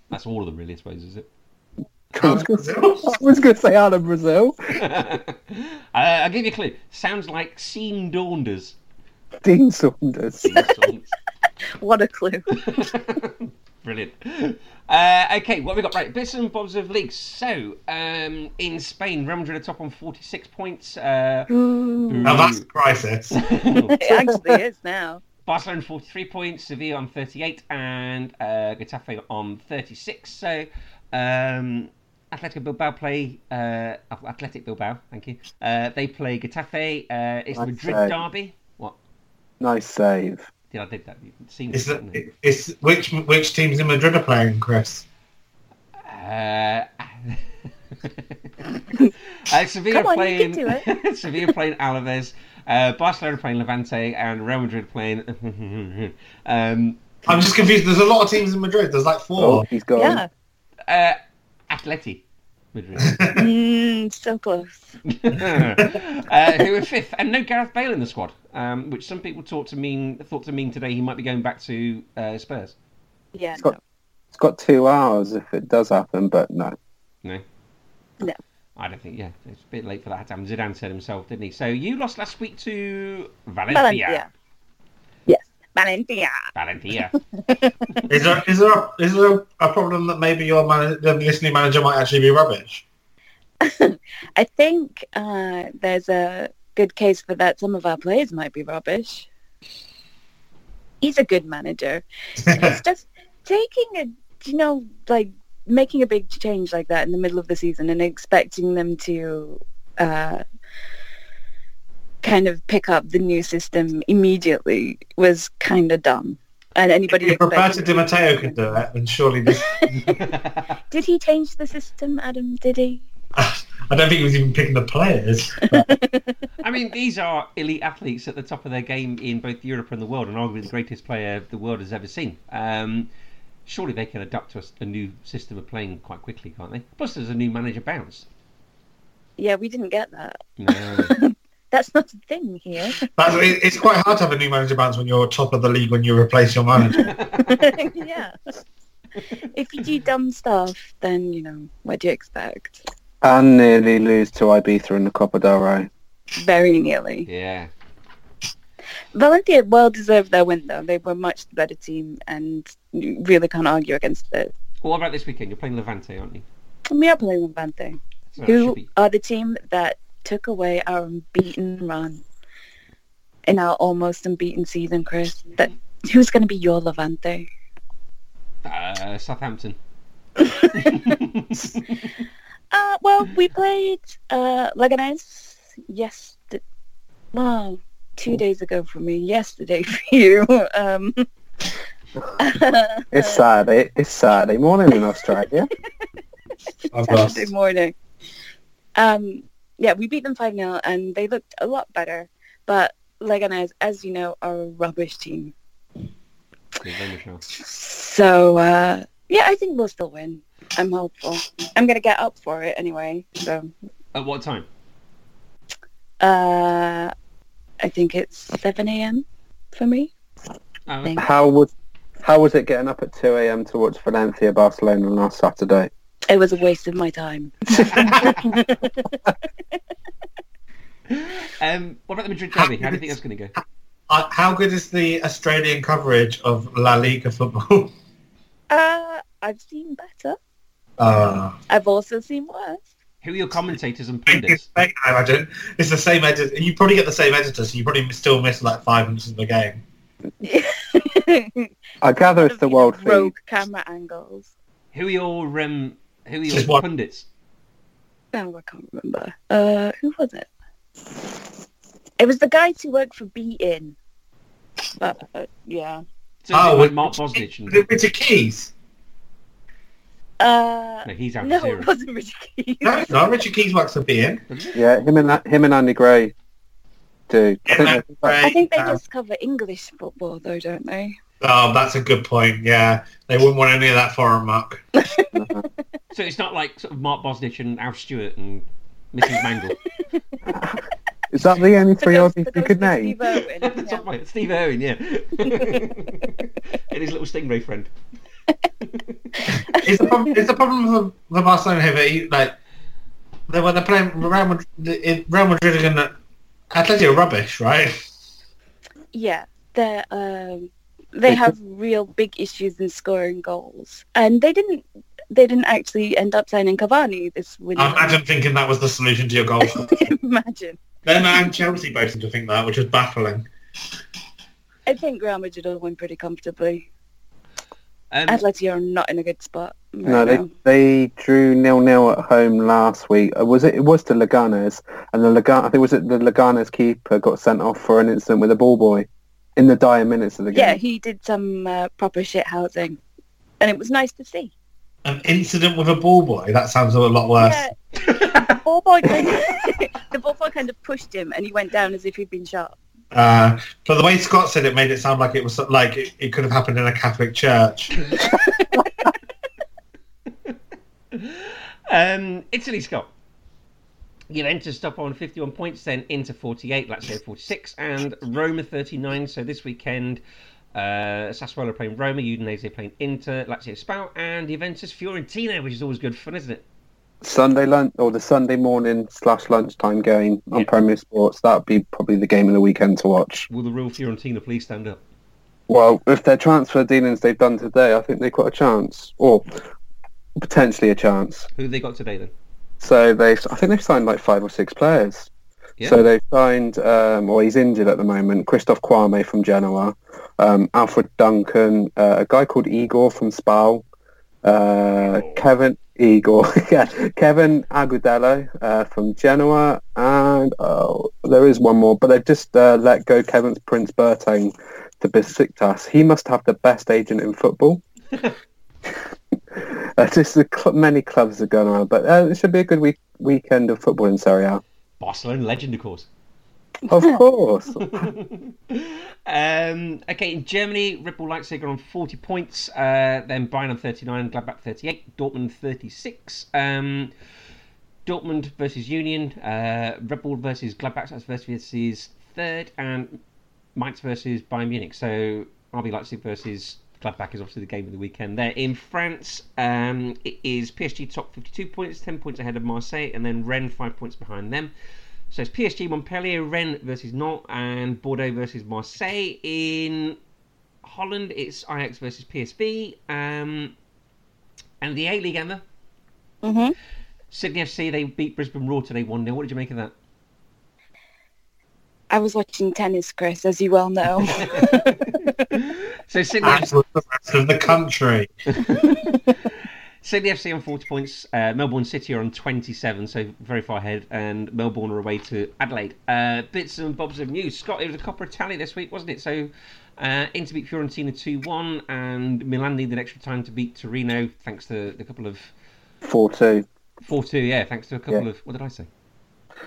A: That's all of them, really, I suppose, is it?
B: I was going to say out of Brazil.
A: uh, I'll give you a clue. Sounds like Sean Daunders.
B: Dean Saunders.
D: What a clue.
A: Brilliant. Uh, okay, what have we got? Right, bits and bobs of leagues. So, um, in Spain, Real Madrid are top on 46 points. Uh,
C: Now that's a crisis.
D: it actually is now.
A: Barcelona 43 points, Sevilla on 38, and uh, Getafe on 36. So, um, Atletico Bilbao play uh, Athletic Bilbao. Thank you. Uh, they play Getafe. Uh, it's the
B: I'd
A: Madrid
B: say-
A: derby. What?
B: nice save.
A: Did I did that? It seems.
C: It's,
A: didn't it?
C: it's which which teams in Madrid are playing, Chris?
A: Uh, uh, Sevilla
D: Come on, you
A: playing
D: can
A: Sevilla playing Alaves, uh, Barcelona playing Levante, and Real Madrid playing. um,
C: I'm just confused. There's a lot of teams in Madrid. There's like
B: Oh,
C: four.
B: he's gone.
D: Yeah.
A: uh, Atleti Madrid.
D: Mm, so close.
A: uh, who were fifth, and no Gareth Bale in the squad, um, which some people thought to mean thought to mean today he might be going back to uh, Spurs.
D: Yeah.
B: It's
D: No.
B: got, it's got two hours if it does happen, but no.
A: No,
D: No.
A: I don't think. Yeah, it's a bit late for that. Adam Zidane said himself, didn't he? So you lost last week to Valencia.
D: Valencia. Yes. Valencia.
A: Valencia.
C: Is there is there a, is there a problem that maybe your man, the listening manager might actually be rubbish?
D: I think uh, there's a good case for that. Some of our players might be rubbish. He's a good manager. it's just taking a, you know, like making a big change like that in the middle of the season and expecting them to uh, kind of pick up the new system immediately was kind of dumb. And anybody
C: if Roberto
D: expecting-
C: Di Matteo could do it, then surely this.
D: Did he change the system, Adam? Did he?
C: I don't think he was even picking the players.
A: I mean, these are elite athletes at the top of their game in both Europe and the world, and arguably the greatest player the world has ever seen. Um, surely they can adapt to a, s- a new system of playing quite quickly, can't they? Plus, there's a new manager bounce.
D: Yeah, we didn't get that.
A: No.
D: That's not a thing here.
C: That's, it, it's quite hard to have a new manager bounce when you're top of the league when you replace your manager.
D: yeah. If you do dumb stuff, then you know what do you expect?
B: And nearly lose to Ibiza in the Copa del Rey.
D: Very nearly.
A: yeah.
D: Valencia well deserved their win, though. They were much the better team, and you really can't argue against it.
A: Well, what about this weekend? You're playing Levante, aren't you?
D: And we are playing Levante,
A: So that
D: who
A: Oh, should be-
D: are the team that took away our unbeaten run in our almost unbeaten season, Chris. That
A: Mm-hmm.
D: who's going to be your Levante?
A: uh, Southampton.
D: Uh, well, we played uh, Leganés yesterday. Well, two days ago for me, yesterday for you. Um,
B: It's Saturday. It's Saturday morning in Australia.
C: I've lost.
D: Saturday morning. Um, yeah, we beat them 5 0 and they looked a lot better. But Leganés, as you know, are a rubbish team.
A: Yeah, very much now.
D: So, uh, yeah, I think we'll still win. I'm hopeful. I'm going to get up for it anyway. So,
A: At what time?
D: uh, I think it's 7 a.m. for me.
A: Oh,
D: Thank-
B: how was how was it getting up at two a.m. to watch Valencia Barcelona last Saturday?
D: It was a waste of my time.
A: um, what about the Madrid derby? How do you think that's going to go?
C: Uh, how good is the Australian coverage of La Liga football?
D: Uh, I've seen better.
C: uh,
D: I've also seen worse.
A: Who are your commentators and
C: it's,
A: pundits?
C: I imagine it's the same editor. You probably get the same editor, so you probably still miss like five minutes of the game.
B: I gather it's the world feed.
D: Rogue camera angles.
A: Who are your um? Who are
C: Just
A: your
C: one.
A: pundits?
D: No, I can't remember. Uh, who was it? It was the guys who worked for Beatin. Uh, uh, yeah.
A: So is it
C: Oh,
A: like
C: we-
A: Mark Bosnich. And,
C: The Richard Keys.
D: Uh,
A: no, he's out
D: no,
A: zero.
D: it wasn't Richard Keys.
C: No, it's not. Richard Keys works for being.
B: Yeah, him and him and Andy Gray do. I think they're-
D: I think they just cover English football, though, don't they?
C: Oh, that's a good point. Yeah, they wouldn't want any of that foreign muck.
A: So it's not like sort of Mark Bosnich and Alf Stewart and Mrs. Mangle.
B: Is that the only
D: For
B: three
D: those-
B: Aussies
D: for
B: you
D: those
B: could
D: with
B: name?
D: Steve Irwin,
A: That's
D: yeah.
A: not my- Steve Irwin, yeah, and his little stingray friend.
C: Is the problem, is the problem for, for Barcelona here that you, like they when they're playing Real Madrid, the- Real Madrid are gonna Atletico are rubbish, right?
D: Yeah, they're, um, they have real big issues in scoring goals, and they didn't. They didn't actually end up signing Cavani this winter.
C: I Oh, imagine thinking that was the solution to your goal.
D: Imagine.
C: then and Chelsea both seem to think that, which is baffling.
D: I think Real Madrid will win pretty comfortably.
A: Um,
D: Atleti are not in a good spot. Right
B: No, they
D: now.
B: they drew nil nil at home last week. Uh, Was it? It was to Leganes, and the Legan. I think was it the Leganes keeper got sent off for an incident with a ball boy in the dire minutes of the
D: Yeah,
B: game.
D: he did some uh, proper shit housing, and it was nice to see.
C: An incident with a ball boy. That sounds a lot worse.
D: Yeah, the ball boy kind of, the ball boy kind of pushed him, and he went down as if he'd been shot.
C: Uh, but the way Scott said it made it sound like it was like it, it could have happened in a Catholic church.
A: um, Italy, Scott. Juventus stop on 51 points, then into 48, Lazio 46, and Roma 39. So this weekend, uh, Sassuolo playing Roma, Udinese playing Inter, Lazio Spal, and Juventus Fiorentina, which is always good fun, isn't it?
B: Sunday lunch or the Sunday morning slash lunchtime game on Premier Sports. That'd be probably the game of the weekend to watch.
A: Will the real Fiorentina please stand up?
B: Well, if their transfer dealings they've done today, I think they've got a chance, or potentially a chance.
A: Who have they got today then?
B: So they, I think they've signed like five or six players.
A: Yeah.
B: So they've signed, um, or he's injured at the moment, Christoph Kwame from Genoa, um, Alfred Duncan, uh, a guy called Igor from Spal, uh, Kevin Igor, yeah, Kevin Agudelo uh, from Genoa, and oh, there is one more, but they've just uh, let go Kevin Prince Bertang to Besiktas. He must have the best agent in football. uh, just the cl- many clubs are going around, but uh, it should be a good week- weekend of football in Serie A.
A: Barcelona legend, of course.
B: Of course.
A: Um, okay, in Germany, Red Bull Leipzig are on 40 points, uh, then Bayern on 39, Gladbach 38, Dortmund 36. Um, Dortmund versus Union, uh, Red Bull versus Gladbach, that's versus third, and Mainz versus Bayern Munich. So RB Leipzig versus Gladbach is obviously the game of the weekend there. In France, um, it is PSG top 52 points, 10 points ahead of Marseille, and then Rennes 5 points behind them. So it's PSG, Montpellier, Rennes versus Nantes, and Bordeaux versus Marseille. In Holland, it's Ajax versus PSV. Um, and the A League, Emma,
D: hmm
A: Sydney FC, they beat Brisbane Roar today 1 0. What did you make of that?
D: I was watching tennis, Chris, as you well know.
A: So Sydney,
C: As was the rest of the country.
A: Sydney FC on 40 points, uh, Melbourne City are on 27, so very far ahead, and Melbourne are away to Adelaide. Uh, bits and bobs of news. Scott, it was a copper tally this week, wasn't it? So uh, Inter beat Fiorentina 2 1, and Milan needed extra time to beat Torino, thanks to the couple of.
B: 4-2.
A: 4 2, yeah, thanks to a couple
B: Yeah.
A: of. What did I say?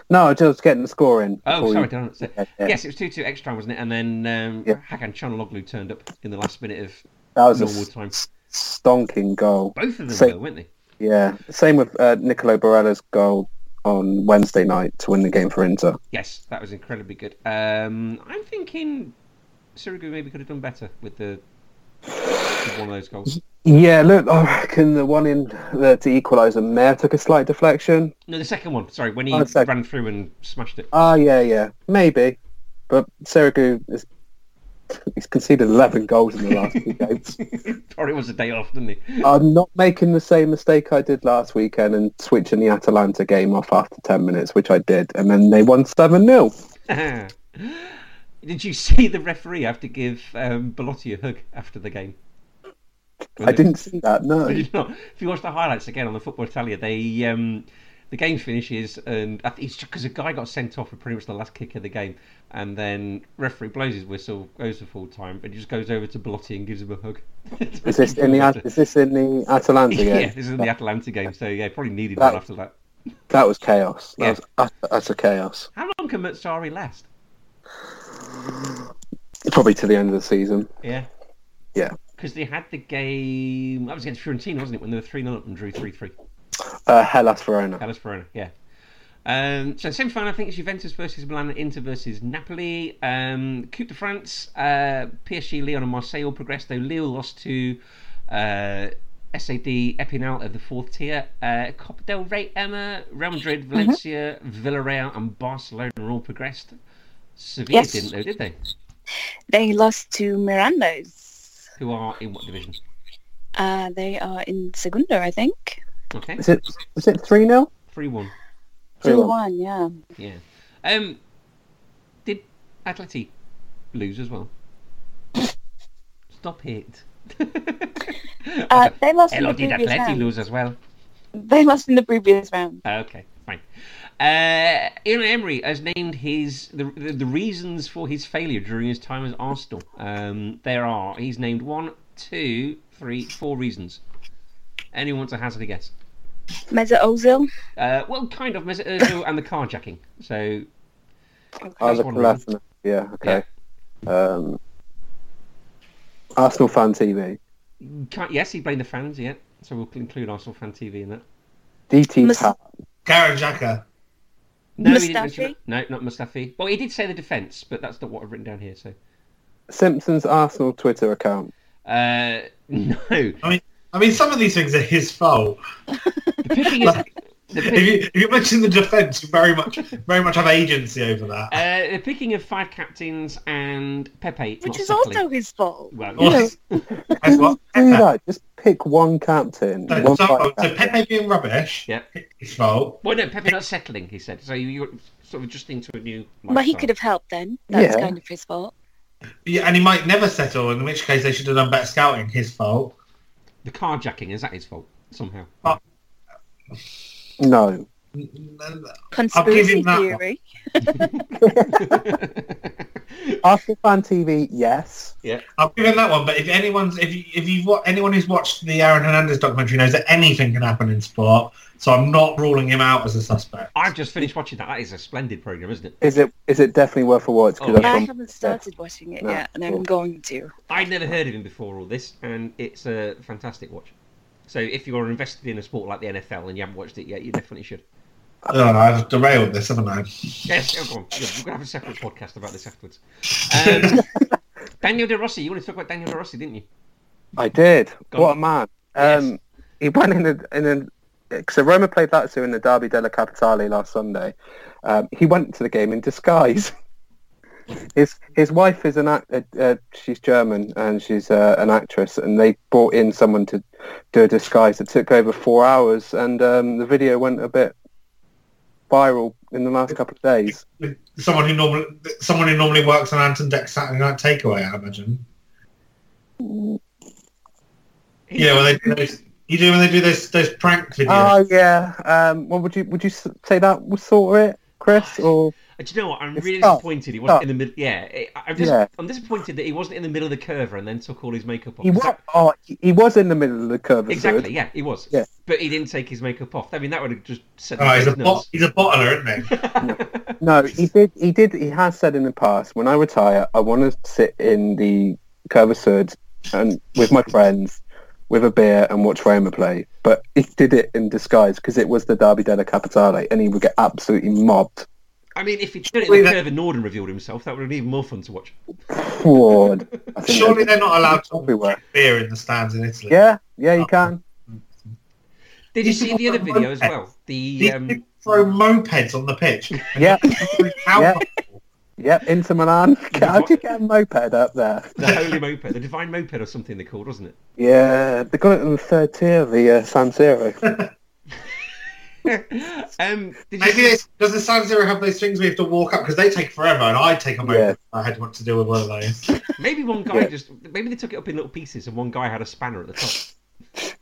B: No, I was just getting the score in.
A: Oh,
B: before
A: sorry,
B: you-
A: did I not say?
B: Yeah, yeah.
A: Yes, it was 2 2 extra time, wasn't it? And then um,
B: Yeah.
A: Hakan Chanaloglu turned up in the last minute of
B: That was a
A: normal time.
B: s- stonking goal.
A: Both of them,
B: Say-
A: though, weren't they?
B: Yeah. Same with uh, Nicolo Barella's goal on Wednesday night to win the game for Inter.
A: Yes, that was incredibly good. Um, I'm thinking Sirigu maybe could have done better with the with one of those goals.
B: Yeah, look, I reckon the one in the, to equalise them there took a slight deflection.
A: No, the second one. Sorry, when he
B: Oh, the second.
A: ran through and smashed it.
B: Ah, yeah, yeah, maybe. But Sirigu is He's conceded 11 goals in the last two games.
A: or it was a day off, didn't he?
B: I'm not making the same mistake I did last weekend and switching the Atalanta game off after 10 minutes, which I did, and then they won 7-0.
A: Did you see the referee have to give um, Bellotti a hug after the game?
B: I didn't see that, no.
A: Did Mm. you not? If you watch the highlights again on the Football Italia, they um, the game finishes, and I think it's because a guy got sent off for pretty much the last kick of the game, and then referee blows his whistle, goes to full time, and just goes over to Bellotti and gives him a hug.
B: Is this in the is this in the Atalanta game?
A: yeah, this is in the Atalanta game, so yeah, probably needed one
B: That-
A: after that.
B: That was chaos. That
A: Yeah.
B: was utter, utter chaos.
A: How long can Matsari last?
B: Probably to the end of the season.
A: Yeah.
B: Yeah.
A: Because they had the game. That was against Fiorentina, wasn't it? When they were 3 0 up and drew 3 3.
B: Uh, Hellas Verona.
A: Hellas Verona, yeah. Um, so, semi final, I think it's Juventus versus Milan, Inter versus Napoli. Um, Coupe de France, uh, PSG, Lyon, and Marseille all progressed, though Lille lost to uh, SAD Epinal of the fourth tier. Uh, Copa del Rey, Emma, Real Madrid, Valencia, Villarreal, and Barcelona all progressed. Sevilla
D: Yes.
A: didn't, though, did they?
D: They lost to Miranda's.
A: Who are in what division?
D: Uh, they are in Segunda, I think.
A: Okay,
B: Is it is it 3-0?
A: 3 1.
D: 2
B: 3-1.
D: 1, yeah.
A: Yeah. Um, did Atleti lose as well? Stop it.
D: Uh, they lost in
A: Hello,
D: the
A: did
D: previous
A: Atleti
D: round.
A: lose as well?
D: They lost in the previous round.
A: Okay, fine. Uh, Unai Emery has named his the, the the reasons for his failure during his time as Arsenal. Um, there are he's named one, two, three, four reasons. Anyone wants to hazard a guess?
D: Meza Ozil.
A: Uh, well, kind of Mesut Ozil and the carjacking. So
B: I
D: Uh,
A: That's
B: look
A: one
B: left and- Yeah, okay. Um, Arsenal fan TV.
A: Can't, yes, he blamed the fans, yeah. So we'll include Arsenal fan TV in that.
B: DT
D: Mus-
B: Pat.
C: Karen Jacka.
A: No, he didn't mention
D: Mustafi?
A: No, not Mustafi. Well, he did say the defence, but that's not what I've written down here. So,
B: Simpsons Arsenal Twitter account.
A: uh, no, the
C: I mean, some of these things are his fault.
A: picking uh, is the,
C: If
A: pick,
C: you, if you mention the defence, you very much, very much have agency over that.
A: uh, the picking of five captains and Pepe,
D: Which
A: not
D: is
A: Sutherland.
D: also his fault.
A: well,
C: Or-
A: yes.
C: That's what-
B: Do that. Just pick one captain.
C: uh, So,
B: one
C: so,
B: vice
C: so
B: captain.
C: Pepe being rubbish,
A: Yeah.
C: his fault.
A: Well, no, Pepe not settling. He said so. You, you sort of adjusting to a new.
D: But he
A: lifestyle.
D: could have helped then. That's
B: Yeah.
D: kind of his fault.
C: Yeah, and he might never settle, in which case they should have done better scouting. His fault.
A: The carjacking is that his fault somehow?
B: No.
D: Conspiracy
C: him that one.
D: theory.
B: Arsenal fan TV, yes.
C: I'll give him that one. But if anyone's, if you, if you've wa- anyone who's watched the Aaron Hernandez documentary knows that anything can happen in sport, so I'm not ruling him out as a suspect.
A: I've just finished watching that. That is a splendid program, isn't it?
B: Is it is it definitely worth a watch? 'Cause
A: Oh,
B: I've
D: I
B: gone-
D: haven't started watching it
B: No,
D: yet, and
B: cool.
D: I'm going to.
A: I'd never heard of him before all this, and it's a fantastic watch. So if you're invested in a sport like the NFL and you haven't watched it yet, you definitely should.
C: Oh, I've derailed this, haven't I?
A: Yes, oh, go on. Good. We're going to have a separate podcast about this afterwards. Um, Daniel De Rossi, you wanted to talk about Daniel De Rossi, didn't you?
B: I did.
A: Go
B: what
A: on.
B: a man. Um,
A: Yes.
B: He went in a, in a so Roma played Lazio in the Derby della Capitale last Sunday. Um, he went to the game in disguise. his his wife is an act, uh, uh, she's German and she's uh, an actress, and they brought in someone to do a disguise. It took over four hours, and um, the video went a bit viral in the last couple of days.
C: Someone who normally, someone who normally works on Anton Deck's Saturday Night Takeaway, I imagine. Yeah, when they do those, you do when they do those those prank videos.
B: Oh yeah. Um, well, would you would you s- say that was sort of it, Chris? Or
A: Uh, Do you know what? I'm
B: It's
A: really
B: tough.
A: disappointed he wasn't
B: Tough.
A: in the middle. Yeah, I- I'm, just,
B: Yeah.
A: I'm disappointed that he wasn't in the middle of the curve and then took all his makeup off.
B: he was oh, he he was in the middle of the curve.
A: Exactly, yeah, he was.
B: Yeah.
A: But he didn't take his makeup off. I mean, that would have just set
C: Oh, he's a
A: his
C: bot,
A: nuts.
C: he's a bottler, isn't he?
B: No, he did. He did. He has said in the past, when I retire, I want to sit in the curvature and with my friends, with a beer and watch Roma play. But he did it in disguise because it was the Derby della Capitale, and he would get absolutely mobbed.
A: I mean, if he'd done it in the
C: Surely that-
A: curve and Norden revealed himself, that would have been even more fun to watch.
B: Poor- I think
C: Surely
B: they-
C: they're not allowed to
B: everywhere.
C: drink beer in the stands in Italy.
B: Yeah, yeah, you can.
A: Did you see the other video as well? The
C: These
A: um,
C: people throw mopeds on the pitch.
B: Yeah,
C: How
B: Yeah. Yep, Inter Milan. How'd you get a moped up there?
A: The Holy Moped, the Divine Moped or something they're called, wasn't it?
B: Yeah, they got it in the third tier, the uh, San Siro.
A: um, did you
C: Maybe it's, does the San Zero have those things we have to walk up? Because they take forever, and I take them over.
B: Yeah.
C: if I had what to deal with one of those.
A: maybe one guy
B: Yeah.
A: just maybe they took it up in little pieces and one guy had a spanner at the top.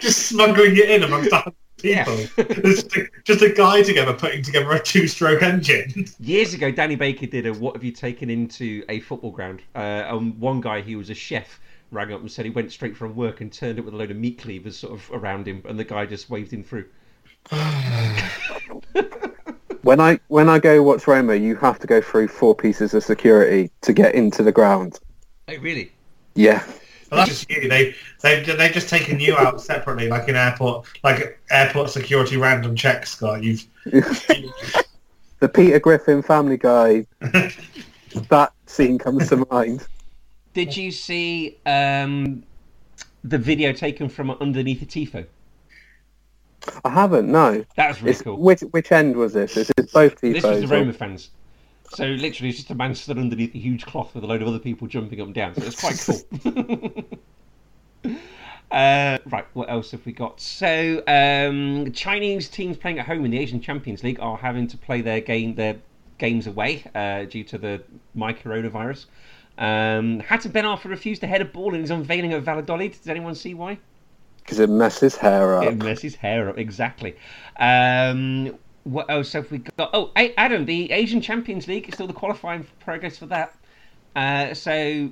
C: just smuggling it in amongst other
A: Yeah.
C: people. It's just, a, just a guy together putting together a two-stroke engine.
A: Years ago, Danny Baker did a "What have you taken into a football ground?" Uh, and one guy who was a chef rang up and said he went straight from work and turned up with a load of meat cleavers sort of around him, and the guy just waved him through.
B: when I when I go watch Roma, you have to go through four pieces of security to get into the ground.
A: Oh, really?
B: Yeah,
C: Well, that's just you. They they they just taken you out separately, like in airport, like airport security random checks. Scott. You've
B: the Peter Griffin Family Guy. that scene comes to mind.
A: Did you see um, the video taken from underneath a tifo?
B: I haven't. No.
A: That was really
B: It's,
A: cool.
B: Which which end was this? Is it both
A: This was the
B: tifos? or-
A: Roma fans. So literally, it's just a man stood underneath a huge cloth with a load of other people jumping up and down. So it's quite cool. uh, right, what else have we got? So um, Chinese teams playing at home in the Asian Champions League are having to play their game their games away uh, due to the my coronavirus. Um, Hatem Ben Arfa refused to head a ball in his unveiling at Valladolid. Does anyone see why?
B: Because it messes his hair up.
A: It messes hair up, exactly. Um, what else have we got? Oh, A- Adam, the Asian Champions League is still the qualifying progress for that. Uh, so,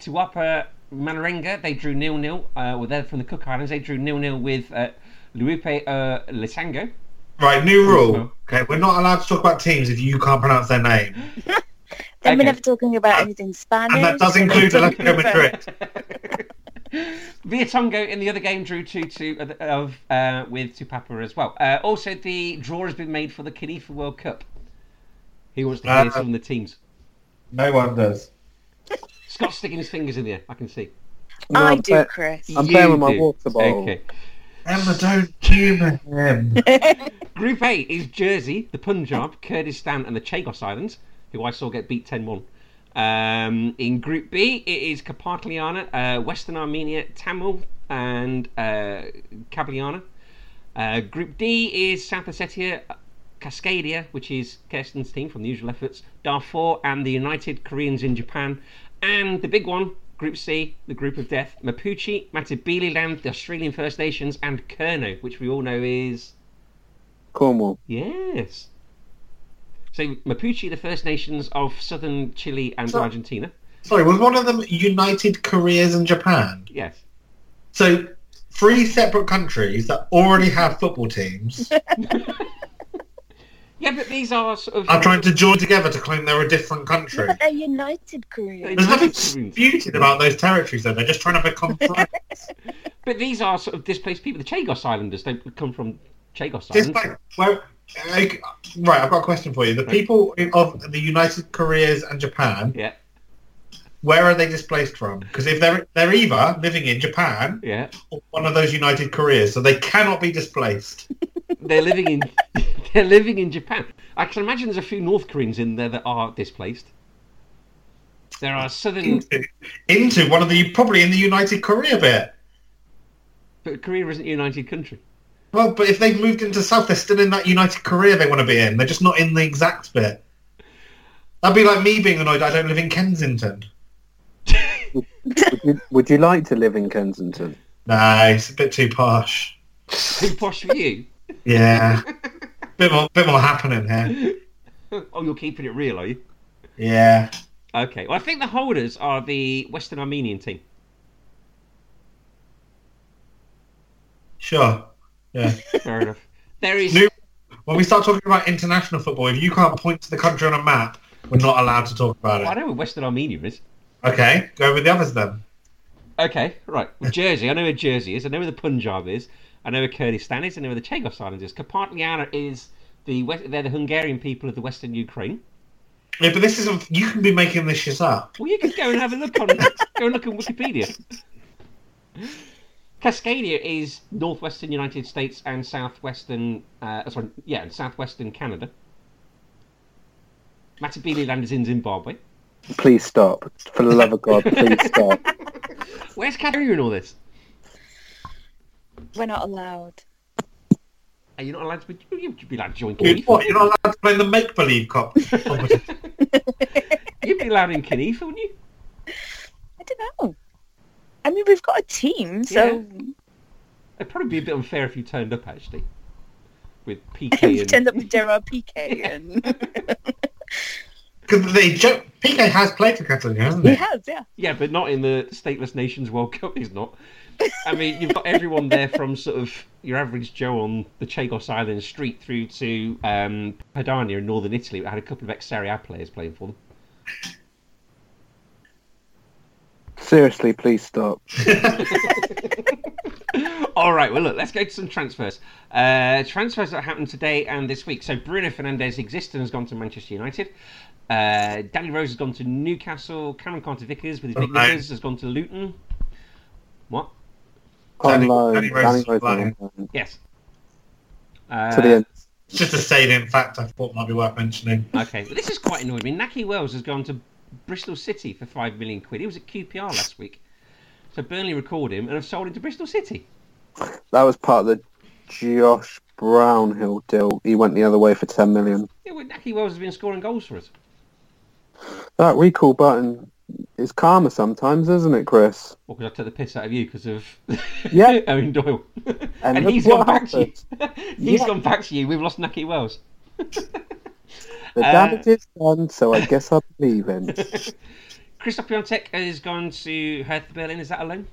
A: Tuapa Manarenga, they drew nil nil. Uh, well, they're from the Cook Islands. They drew nil nil with uh, Luipe uh, Lesango.
C: right new rule. Okay, we're not allowed to talk about teams if you can't pronounce their name,
D: Then
A: Okay.
D: we're never talking about anything Spanish.
C: Uh, and that does
D: we're
C: include
D: not talking
C: Atletico
D: about-
C: Madrid.
A: Viatongo in the other game drew 2 2 of, uh, with Tupapa as well. Uh, also, the draw has been made for the Kinifa World Cup. He wants to hear
C: Uh,
A: some of the teams.
C: No one does.
A: Scott's sticking his fingers in the air. I can see.
B: No,
D: I
B: I'm
D: do,
B: pla-
D: Chris.
B: I'm playing with my
A: do.
B: water bottle.
A: Okay.
C: Emma, don't humour him.
A: Group A is Jersey, the Punjab, Kurdistan, and the Chagos Islands, who I saw get beat 10 1. Um, in Group B, it is Karpatliana, uh, Western Armenia, Tamil, and uh, Kabyliana. Uh, group D is South Ossetia, Cascadia, which is Kirsten's team from the usual efforts, Darfur, and the United Koreans in Japan. And the big one, Group C, the group of death, Mapuche, Matabele Land, the Australian First Nations, and Kurno, which we all know is
B: Cornwall.
A: Yes. So Mapuche, the First Nations of southern Chile and
C: So-
A: Argentina.
C: Sorry, was one of them United Koreas and Japan?
A: Yes.
C: So three separate countries that already have football teams
A: Yeah, but these are sort of.
C: are trying to join together to claim they're a different country.
D: But they're united Korea.
C: There's nothing disputed about those territories, though. They're just trying to become friends.
A: But these are sort of displaced people. The Chagos Islanders don't come from Chagos
C: just
A: Islands.
C: like, well, like, right, I've got a question for you. The people in- of the United Koreas and Japan,
A: Yeah,
C: where are they displaced from? Because if they're they're either living in Japan
A: yeah.
C: or one of those United Koreas, so they cannot be displaced.
A: They're living in. they're living in Japan. I can imagine there's a few North Koreans in there that are displaced. There are southern.
C: into, into one of the probably in the United Korea bit.
A: But Korea isn't a united country.
C: Well, but if they've moved into South, they're still in that United Korea they want to be in. They're just not in the exact bit. That'd be like me being annoyed I don't live in Kensington.
B: Would you, would you like to live in Kensington?
C: Nah, it's a bit too posh.
A: Too posh for you.
C: Yeah. bit more bit more happening here.
A: Oh, you're keeping it real, are you?
C: Yeah.
A: Okay. Well, I think the holders are the Western Armenian team.
C: Sure. Yeah.
A: Fair enough. There is.
C: New- when we start talking about international football, if you can't point to the country on a map, we're not allowed to talk
A: Well, I
C: about it.
A: know where Western Armenia is.
C: Okay, go with the others then.
A: Okay, right. Well, Jersey. I know where Jersey is. I know where the Punjab is. I know where Kurdistan is. I know where the Chagos Islands is. Karpatliana is the West, they're the Hungarian people of the Western Ukraine.
C: Yeah, but this isn't. You can be making this shit up.
A: Well, you can go and have a look on go and look on Wikipedia. Cascadia is northwestern United States and southwestern, uh, sorry, yeah, and southwestern Canada. Matabele Land is in Zimbabwe.
B: Please stop. For the love of God, please stop.
A: Where's Katarina in all this?
D: We're not allowed.
A: Are you not allowed to be? You'd be allowed to join
C: You,
A: Kinifa.
C: what, you're not allowed to play the make believe cop.
A: You'd be allowed in Kinifa, wouldn't you?
D: I don't know. I mean, we've got a team, so
A: It'd probably be a bit unfair if you turned up actually with
D: we
A: PK and
D: turned up with Gerard Piquet, and
C: Because they joke. PK has played for Catalonia, hasn't
D: he
C: he?
D: has, yeah.
A: yeah, but not in the Stateless Nations World Cup. He's not. I mean, you've got everyone there from sort of your average Joe on the Chagos Island street through to um, Padania in northern Italy. We had a couple of ex Serie A players playing for them.
B: Seriously, please stop.
A: All right, well, look, let's go to some transfers. Uh, transfers that happened today and this week. So Bruno Fernandez exists and has gone to Manchester United. Uh, Danny Rose has gone to Newcastle. Cameron Carter Vickers with his
B: Oh,
A: big
C: Right.
A: knickers has gone to Luton. What?
B: On
C: Danny-
B: loan.
C: Danny
B: Danny
C: Rose
B: Rose
C: is
B: on
C: lying.
B: loan.
A: Yes.
B: To the
A: Uh,
B: end.
C: It's just a salient fact I thought might be worth mentioning.
A: okay, well, this is quite annoying. I mean, Naki Wells has gone to Bristol City for five million quid. He was at QPR last week. So Burnley record him and have sold him to Bristol City.
B: That was part of the Josh Brownhill deal. He went the other way for 10 million.
A: Yeah, well, Naki Wells has been scoring goals for us.
B: That recall button is karma sometimes, isn't it, Chris?
A: Well, because I took the piss out of you because of
B: Yeah.
A: Owen Doyle, and,
B: look
A: he's gone
B: what
A: back to you. He's
B: Yeah.
A: gone back to you. We've lost Naki Wells.
B: The
A: Uh,
B: damage is done, so I guess I'm leaving.
A: Christoph Piontek has gone to Hertha Berlin. Is that alone?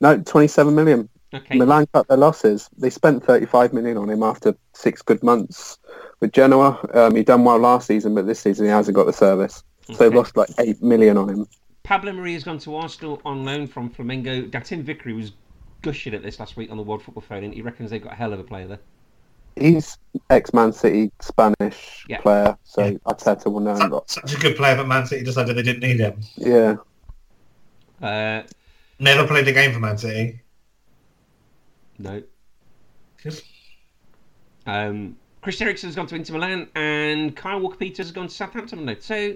B: no, 27 million.
A: Okay.
B: Milan cut their losses. They spent 35 million on him after six good months with Genoa. Um, he done well last season, but this season he hasn't got the service. So they've
A: Okay.
B: lost like 8 million on him.
A: Pablo Marie has gone to Arsenal on loan from Flamengo. Datin Vickery was gushing at this last week on the World Football Phone, and he reckons they've got a hell of a player there.
B: He's ex-Man City Spanish
A: Yeah.
B: player, so
C: Yeah.
B: Arteta will
D: Oh,
B: know him.
C: Such, such a good player, but Man City decided they didn't need him.
B: Yeah.
A: Uh,
C: Never played a game for Man City.
A: no.
C: Just-
A: Um, Chris Eriksen has gone to Inter Milan, and Kyle Walker Peters has gone to Southampton on loan. So,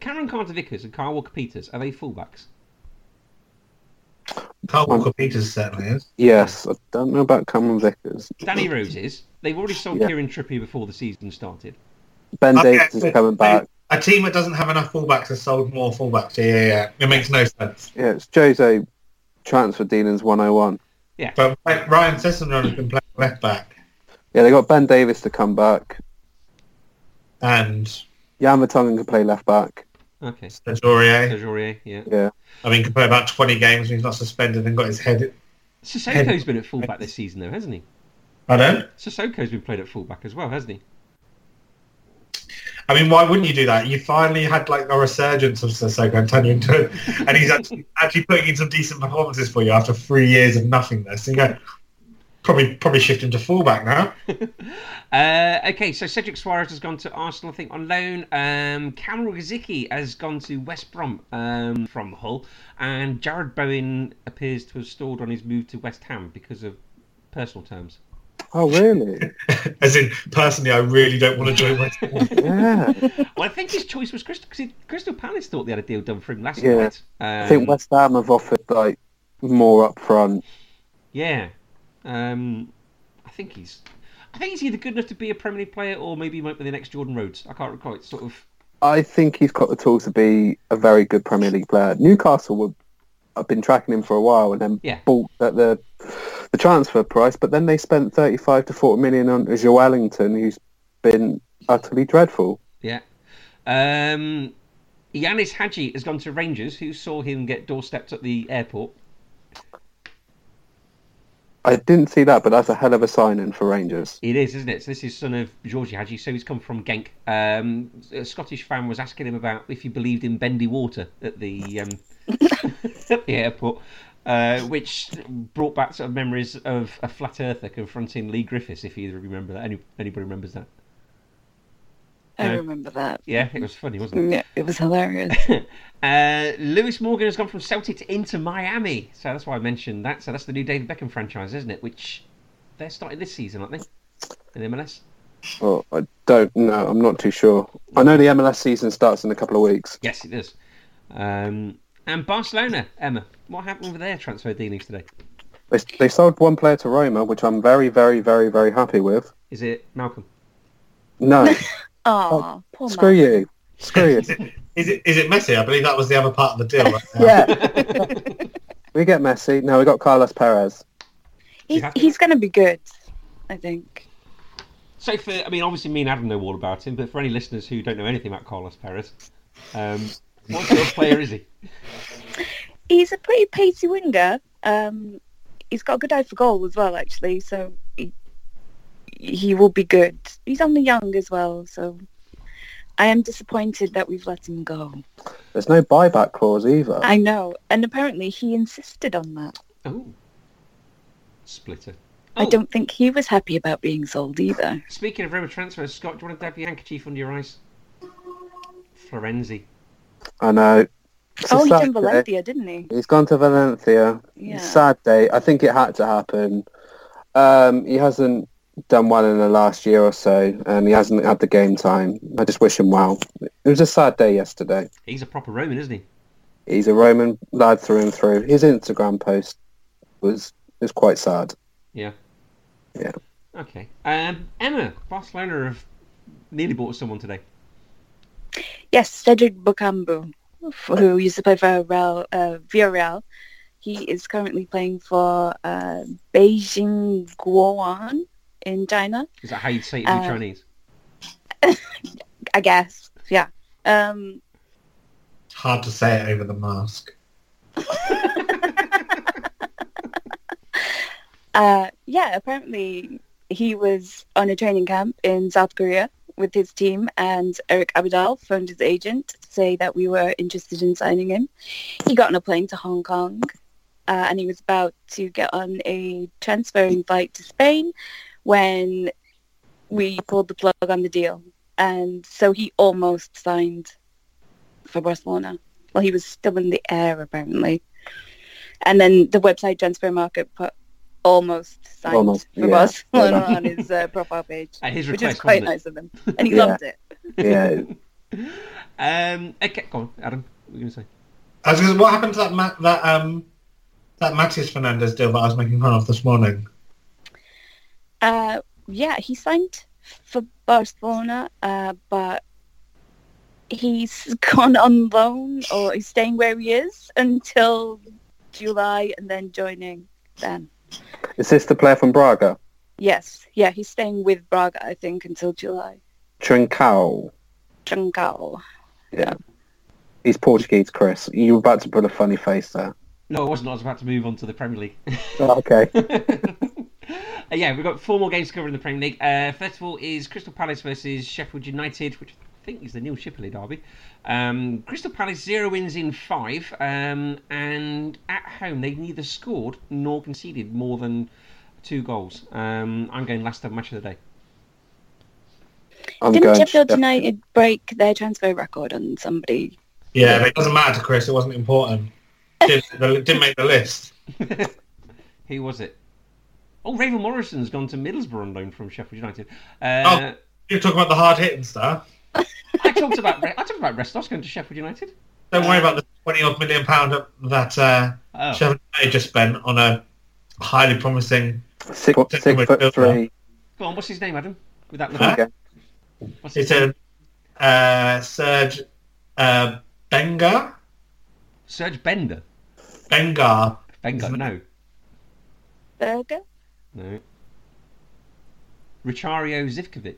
A: Cameron Carter Vickers and Kyle Walker Peters are they fullbacks?
C: Carl Walker Peters certainly is.
B: Yes, I don't know about Cameron Vickers.
A: Danny Roses. They've already sold
B: Yeah.
A: Kieran Trippier before the season started.
B: Ben
C: Okay,
B: Davies
C: so-
B: is coming back.
C: A team that doesn't have enough fullbacks has sold more fullbacks. Yeah, yeah, yeah. It makes no sense.
B: Yeah, it's Jose transfer dealings 101.
C: But like, Ryan Sessegnon has been playing left back,
B: Yeah, they got Ben Davis to come back.
C: and
B: Yamatongan can play left back.
A: Okay.
C: Ajorier.
A: Dejourier, yeah.
B: Yeah.
C: I mean, can play about 20 games when he's not suspended and got his head.
A: Sissoko's been at fullback this season, though, hasn't he?
C: I don't.
A: Sissoko's been played at fullback as well, hasn't he?
C: I mean, why wouldn't you do that? You finally had like a resurgence of Sissoko and turn you into, and he's actually actually putting in some decent performances for you after three years of nothingness. You go, probably probably shift him to fullback now.
A: Uh, okay, so Cedric Suarez has gone to Arsenal, I think, on loan. Um, Cameron Gazicki has gone to West Brom um, from Hull. And Jared Bowen appears to have stalled on his move to West Ham because of personal terms.
B: Oh, really?
C: As in, personally, I really don't want to join West Ham.
B: yeah.
A: Well, I think his choice was Crystal, 'cause he- Crystal Palace thought they had a deal done for him last
B: Yeah.
A: night. Um,
B: I think West Ham have offered like more up front.
A: Yeah. Um, I think he's. I think he's either good enough to be a Premier League player or maybe he might be the next Jordan Rhodes. I can't recall. It's sort of.
B: I think he's got the tools to be a very good Premier League player. Newcastle were I've been tracking him for a while and then
A: Yeah.
B: bought at the the transfer price, but then they spent thirty five to forty million on Joe Ellington who's been utterly dreadful.
A: Yeah. Um, Yanis Hadji has gone to Rangers, who saw him get doorstepped at the airport.
B: I didn't see that, but that's a hell of a signing for Rangers.
A: It is, isn't it? So this is son of Georgie Hadji, so he's come from Genk. Um, a Scottish fan was asking him about if he believed in bendy water at the um, at the airport, uh, which brought back sort of memories of a flat earther confronting Lee Griffiths, if either remember that. Any, anybody remembers that?
D: I
A: Yeah.
D: remember that.
A: Yeah, it was funny, wasn't it?
D: Yeah, it was hilarious.
A: Uh, Lewis Morgan has gone from Celtic to Inter Miami, so that's why I mentioned that. So that's the new David Beckham franchise, isn't it? Which they're starting this season, aren't they? In MLS.
B: Well, I don't know. I'm not too sure. I know the MLS season starts in a couple of weeks.
A: Yes, it is. Um, and Barcelona, Emma, what happened with their transfer dealings today?
B: They, they sold one player to Roma, which I'm very, very, very, very happy with.
A: Is it Malcolm?
B: No,
D: Oh, poor man.
B: screw you. Screw
C: Is
B: you.
C: it, is it is it Messi? I believe that was the other part of the deal. Right?
B: yeah. we get Messi. No, we got Carlos Perez.
D: He's,
A: Yeah.
D: he's going to be good, I think.
A: So for, I mean, obviously me and Adam know all about him, but for any listeners who don't know anything about Carlos Perez, um, what sort of player is he?
D: He's a pretty pacey winger. Um, he's got a good eye for goal as well, actually. So he, he will be good. He's only young as well, so I am disappointed that we've let him go.
B: There's no buyback clause either.
D: I know, and apparently he insisted on that.
A: Oh, splitter.
D: I
A: Oh,
D: don't think he was happy about being sold either.
A: Speaking of Roma transfers, Scott, do you want to dab your handkerchief under your eyes? Florenzi.
B: I know. It's uh, a
D: oh, he
B: sad
D: done
B: day.
D: Valencia, didn't he?
B: He's gone to Valencia.
D: Yeah.
B: Sad day. I think it had to happen. Um, he hasn't done well in the last year or so, and he hasn't had the game time. I just wish him well. It was a sad day yesterday.
A: He's a proper Roman, isn't he?
B: He's a Roman lad through and through. His Instagram post was was quite sad.
A: Yeah.
B: Yeah.
A: Okay. Um, Emma, Barcelona have nearly bought someone today.
D: Yes, Cedric Bukambu, who used to play for Real, uh, Villarreal. He is currently playing for uh, Beijing Guoan in China,
A: Is that how you'd say it in
D: Uh,
A: Chinese?
D: I guess. Yeah. Um,
C: It's hard to say it over the mask.
D: uh, yeah, apparently he was on a training camp in South Korea with his team and Eric Abidal phoned his agent to say that we were interested in signing him. He got on a plane to Hong Kong uh, and he was about to get on a transferring flight to Spain when we pulled the plug on the deal. And so he almost signed for Barcelona. Well, he was still in the air apparently. And then the website Transfer Market put almost signed
B: Almost,
D: for
B: yeah.
D: Barcelona
B: Yeah.
D: on his uh, profile page,
A: At his
D: which
A: request,
D: is quite
A: wasn't
D: nice of him. And he
B: Yeah.
D: loved it.
B: Yeah,
A: it? Um, okay, go on, Adam. What were you going to say?
C: I was gonna, what happened to that Ma- that um that Matis Fernandez deal that I was making fun of this morning?
D: Uh, yeah, he signed for Barcelona, uh, but he's gone on loan or he's staying where he is until July and then joining then.
B: is this the player from Braga?
D: Yes, yeah, he's staying with Braga, I think, until July.
B: Trincao.
D: Trincao.
B: He's Portuguese, Chris. You were about to put a funny face there.
A: No, I wasn't. I was about to move on to the Premier League.
B: Oh, okay.
A: Uh, yeah, we've got four more games to cover in the Premier League. Uh, first of all is Crystal Palace versus Sheffield United, which I think is the Neil Shipley derby. Um, Crystal Palace zero wins in five, um, and at home they've neither scored nor conceded more than two goals. Um, I'm going last of match of the day.
B: I'm
D: Didn't
B: going. Sheffield.
D: Sheffield United break their transfer record on somebody?
C: Yeah, but it doesn't matter to Chris. It wasn't important. Didn't, the, didn't make the list.
A: Who was it? Oh, Raven Morrison's gone to Middlesbrough on loan from Sheffield United.
B: Oh.
A: Uh,
C: You're talking about the hard hitting stuff.
A: I talked about I talked about Restos going to Sheffield United.
C: Don't worry about the twenty odd million pound that uh,
A: Oh.
C: Sheffield United just spent on a highly promising.
B: Six,
C: Foot-
B: six foot three.
A: Go on, what's his name, Adam? With that
C: Huh?
A: look.
B: Okay.
A: What's his
C: It's
A: name?
C: a uh, Serge uh, Benga.
A: Serge Bender.
C: Benga.
A: Benga, no.
D: Berger?
A: No. Richario Zivkovic.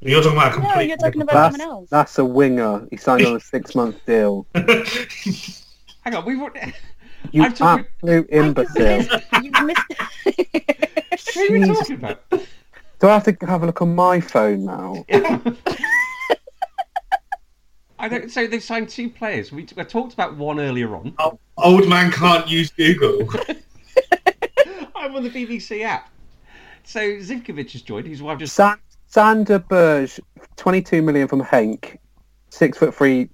C: You're talking about a
D: No,
C: complete.
D: you're talking about
B: That's,
D: someone else.
B: that's a winger. He signed on a six-month deal.
A: Hang on, we've already...
B: You
A: I'm talking-
B: absolute
D: You
B: imbecile.
D: missed- you missed-
A: Who are we talking about?
B: Do I have to have a look on my phone now?
A: I don't, so they've signed two players. We, I talked about one earlier on.
C: Old man can't use Google.
A: I'm on the BBC app. So Zivkovic has joined, who's who I've just...
B: Sa- Sander Burge, 22 million from Henk, six foot three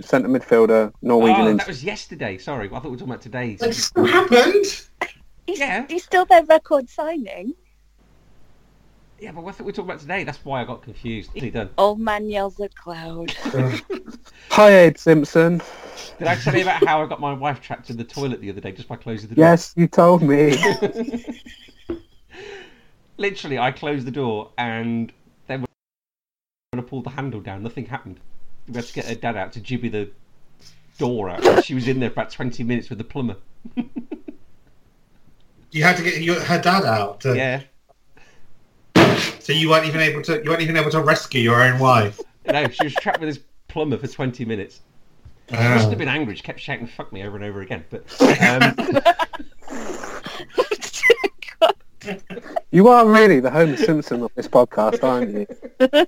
B: centre midfielder, Norwegian.
A: Oh,
B: in-
A: that was yesterday. Sorry, I thought we were talking about today.
C: That just happened.
D: He's,
A: Yeah.
D: he's still their record signing.
A: Yeah, but what we talking about today? That's why I got confused. Easily done.
D: Old man yells at cloud.
B: Hi, Ed Simpson.
A: Did I tell you about how I got my wife trapped in the toilet the other day just by closing the door?
B: Yes, you told me.
A: Literally, I closed the door and then when I pulled the handle down, nothing happened. We had to get her dad out to jibby the door out. She was in there for about 20 minutes with the plumber.
C: You had to get your, her dad out. To,
A: Yeah.
C: So you weren't even able to. You weren't even able to rescue your own wife.
A: No, she was trapped with this plumber for 20 minutes. She
C: Ah.
A: must have been angry. She kept shouting "fuck me" over and over again. But um,
B: You are really the Homer Simpson of this podcast, aren't you?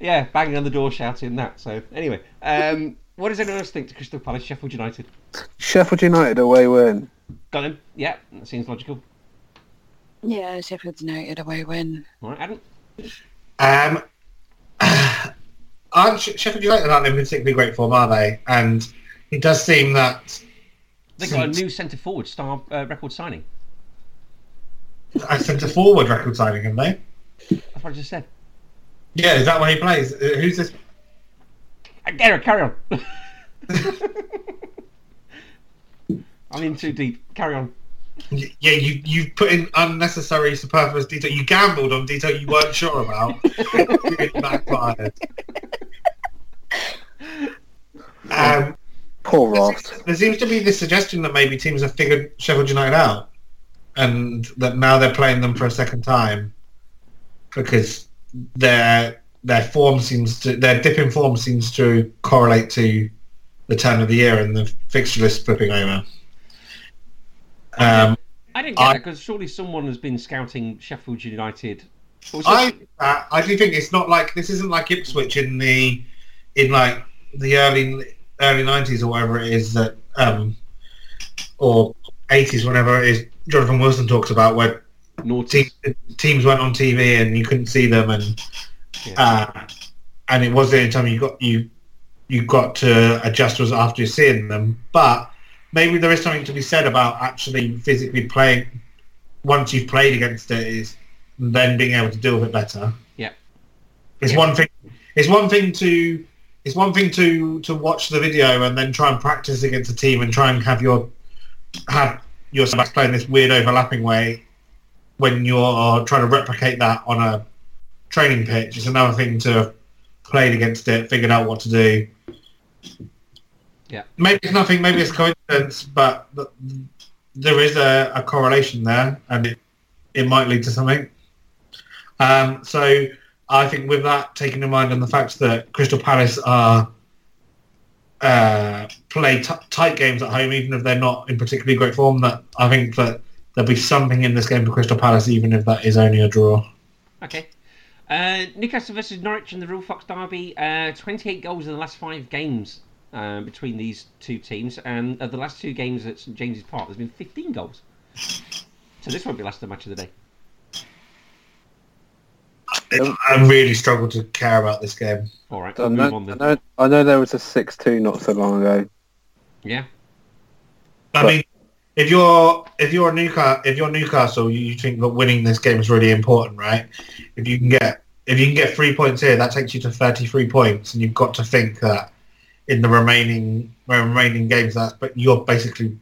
A: yeah, banging on the door, shouting that. So anyway, um, what does anyone else think to Crystal Palace, Sheffield United?
B: Sheffield United away win.
A: Got him. Yeah, that seems logical.
D: yeah, Sheffield United away win.
A: All right, Adam.
C: Um, aren't Sh- Sheffield United aren't in particularly great form, are they? And it does seem that
A: They got a new centre forward, star uh, record signing.
C: I sent a forward record signing, haven't they?
A: That's what I just said.
C: Yeah, is that where he plays? Uh, Who's this?
A: Uh, Gareth, carry on. I'm in too deep. Carry on.
C: Y- Yeah, you you put in unnecessary, superfluous detail. You gambled on detail you weren't sure about. It backfired. Um,
B: Poor Ross.
C: there seems to be this suggestion that maybe teams have figured Sheffield United out, and that now they're playing them for a second time because their their form seems to their dip in form seems to correlate to the turn of the year and the fixture list flipping over. Um,
A: I didn't get
C: I-
A: that because surely someone has been scouting Sheffield United. Or was it-
C: I uh, I do think it's not like this isn't like Ipswich in the in like the early early nineties or whatever it is that um or eighties whenever it is Jonathan Wilson talks about where
A: Naughty.
C: team, teams went on TV and you couldn't see them and
A: Yeah.
C: uh, and it was the only time you got you you got to adjust was after you're seeing them but maybe there is something to be said about actually physically playing once you've played against it is then being able to deal with it better
A: Yeah.
C: it's
A: Yeah.
C: one thing it's one thing to it's one thing to to watch the video and then try and practice against a team and try and have your have your backs playing this weird overlapping way when you're trying to replicate that on a training pitch. It's another thing to have played against it, figured out what to do.
A: Yeah.
C: Maybe it's nothing. Maybe it's coincidence, but th- there is a, a correlation there, and it it might lead to something. Um, so I think with that, taking in mind on the fact that Crystal Palace are uh, play t- tight games at home, even if they're not in particularly great form, that I think that there'll be something in this game for Crystal Palace, even if that is only a draw.
A: Okay. Uh, Newcastle versus Norwich in the Real Fox Derby. Uh, 28 goals in the last five games uh, between these two teams. And of the last two games at St James's Park, there's been 15 goals. So this won't be last the match of the day.
C: Um, I really struggle to care about this game.
A: All right,
B: I
A: we'll move
B: know,
A: on
B: I
A: then.
B: know, I know there was a 6-2 not so long ago.
A: Yeah.
C: I
B: But-
C: mean, if you're if you're Newcastle, if you're Newcastle, you think that winning this game is really important, right? If you can get if you can get three points here, that takes you to 33 points, and you've got to think that in the remaining remaining games, that's but you're basically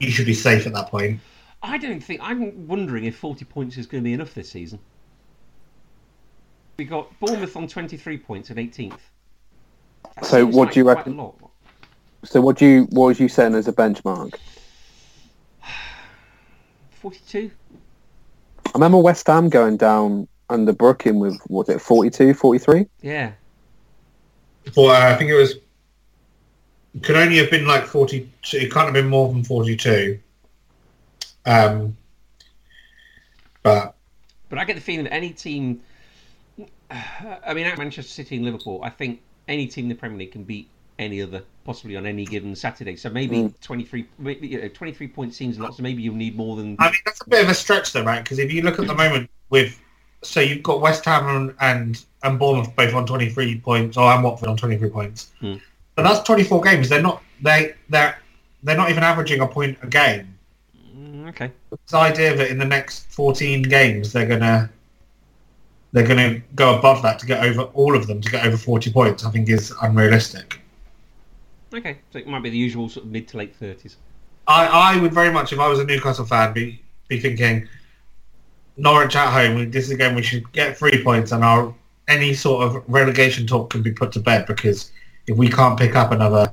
C: you should be safe at that point.
A: I don't think. I'm wondering if 40 points is going to be enough this season. We got Bournemouth on 23 points at 18th. That
B: So
A: seems
B: what
A: like
B: do you
A: quite
B: reckon-
A: A lot.
B: So what do you what was you saying as a benchmark?
A: 42?
B: I remember West Ham going down under Brooking with was it 42, 43?
A: Yeah.
C: For uh, I think it was it could only have been like 42. It can't have been more than 42. Um, but
A: But I get the feeling that any team, I mean, at Manchester City and Liverpool, I think any team in the Premier League can beat any other, possibly on any given Saturday. So maybe 23, maybe, you know, 23 points seems a lot, so maybe you'll need more than.
C: I mean, that's a bit of a stretch, though, right? Because if you look at the moment with, so you've got West Ham and and, and Bournemouth both on twenty three points, or and Watford on twenty three points.
A: Hmm.
C: But that's twenty four games. They're not they they're they're not even averaging a point a game.
A: Mm, okay.
C: This idea that in the next 14 games they're gonna they're gonna go above that to get over all of them to get over 40 points, I think is unrealistic.
A: Okay. So it might be the usual sort of mid to late thirties.
C: I, I would very much, if I was a Newcastle fan, be be thinking Norwich at home. we- This is a game we should get three points, and our any sort of relegation talk can be put to bed because if we can't pick up another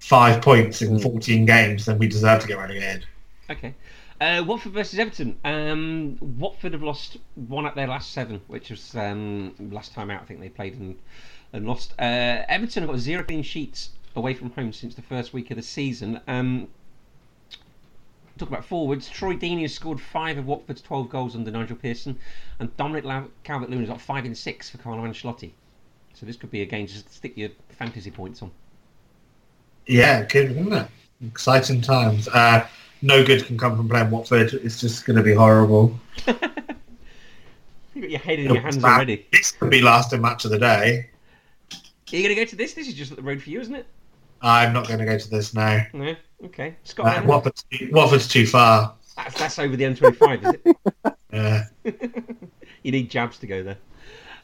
C: five points in 14 games, then we deserve to get relegated.
A: Okay. Uh, Watford versus Everton. Um, Watford have lost one at their last seven, which was um, last time out. I think they played and, and lost. Uh, Everton have got zero clean sheets away from home since the first week of the season. Um, talk about forwards. Troy Deeney has scored five of Watford's 12 goals under Nigel Pearson, and Dominic Lav- Calvert-Lewin has got five and six for Carlo Ancelotti. So this could be a game just to stick your fantasy points on.
C: Yeah, good, isn't it? Exciting times. Uh, no good can come from playing Watford. It's just going to be horrible.
A: You got your head in your hands
C: It's bad.
A: already.
C: It's going to be lasting match of the day.
A: Are you going to go to this? This is just the road for you, isn't it?
C: I'm not going to go to this now.
A: No. Okay.
C: Uh,
A: Scott.
C: Watford's, too, Watford's too far. Uh,
A: That's, that's over the M25, is it?
C: Yeah.
A: You need jabs to go there.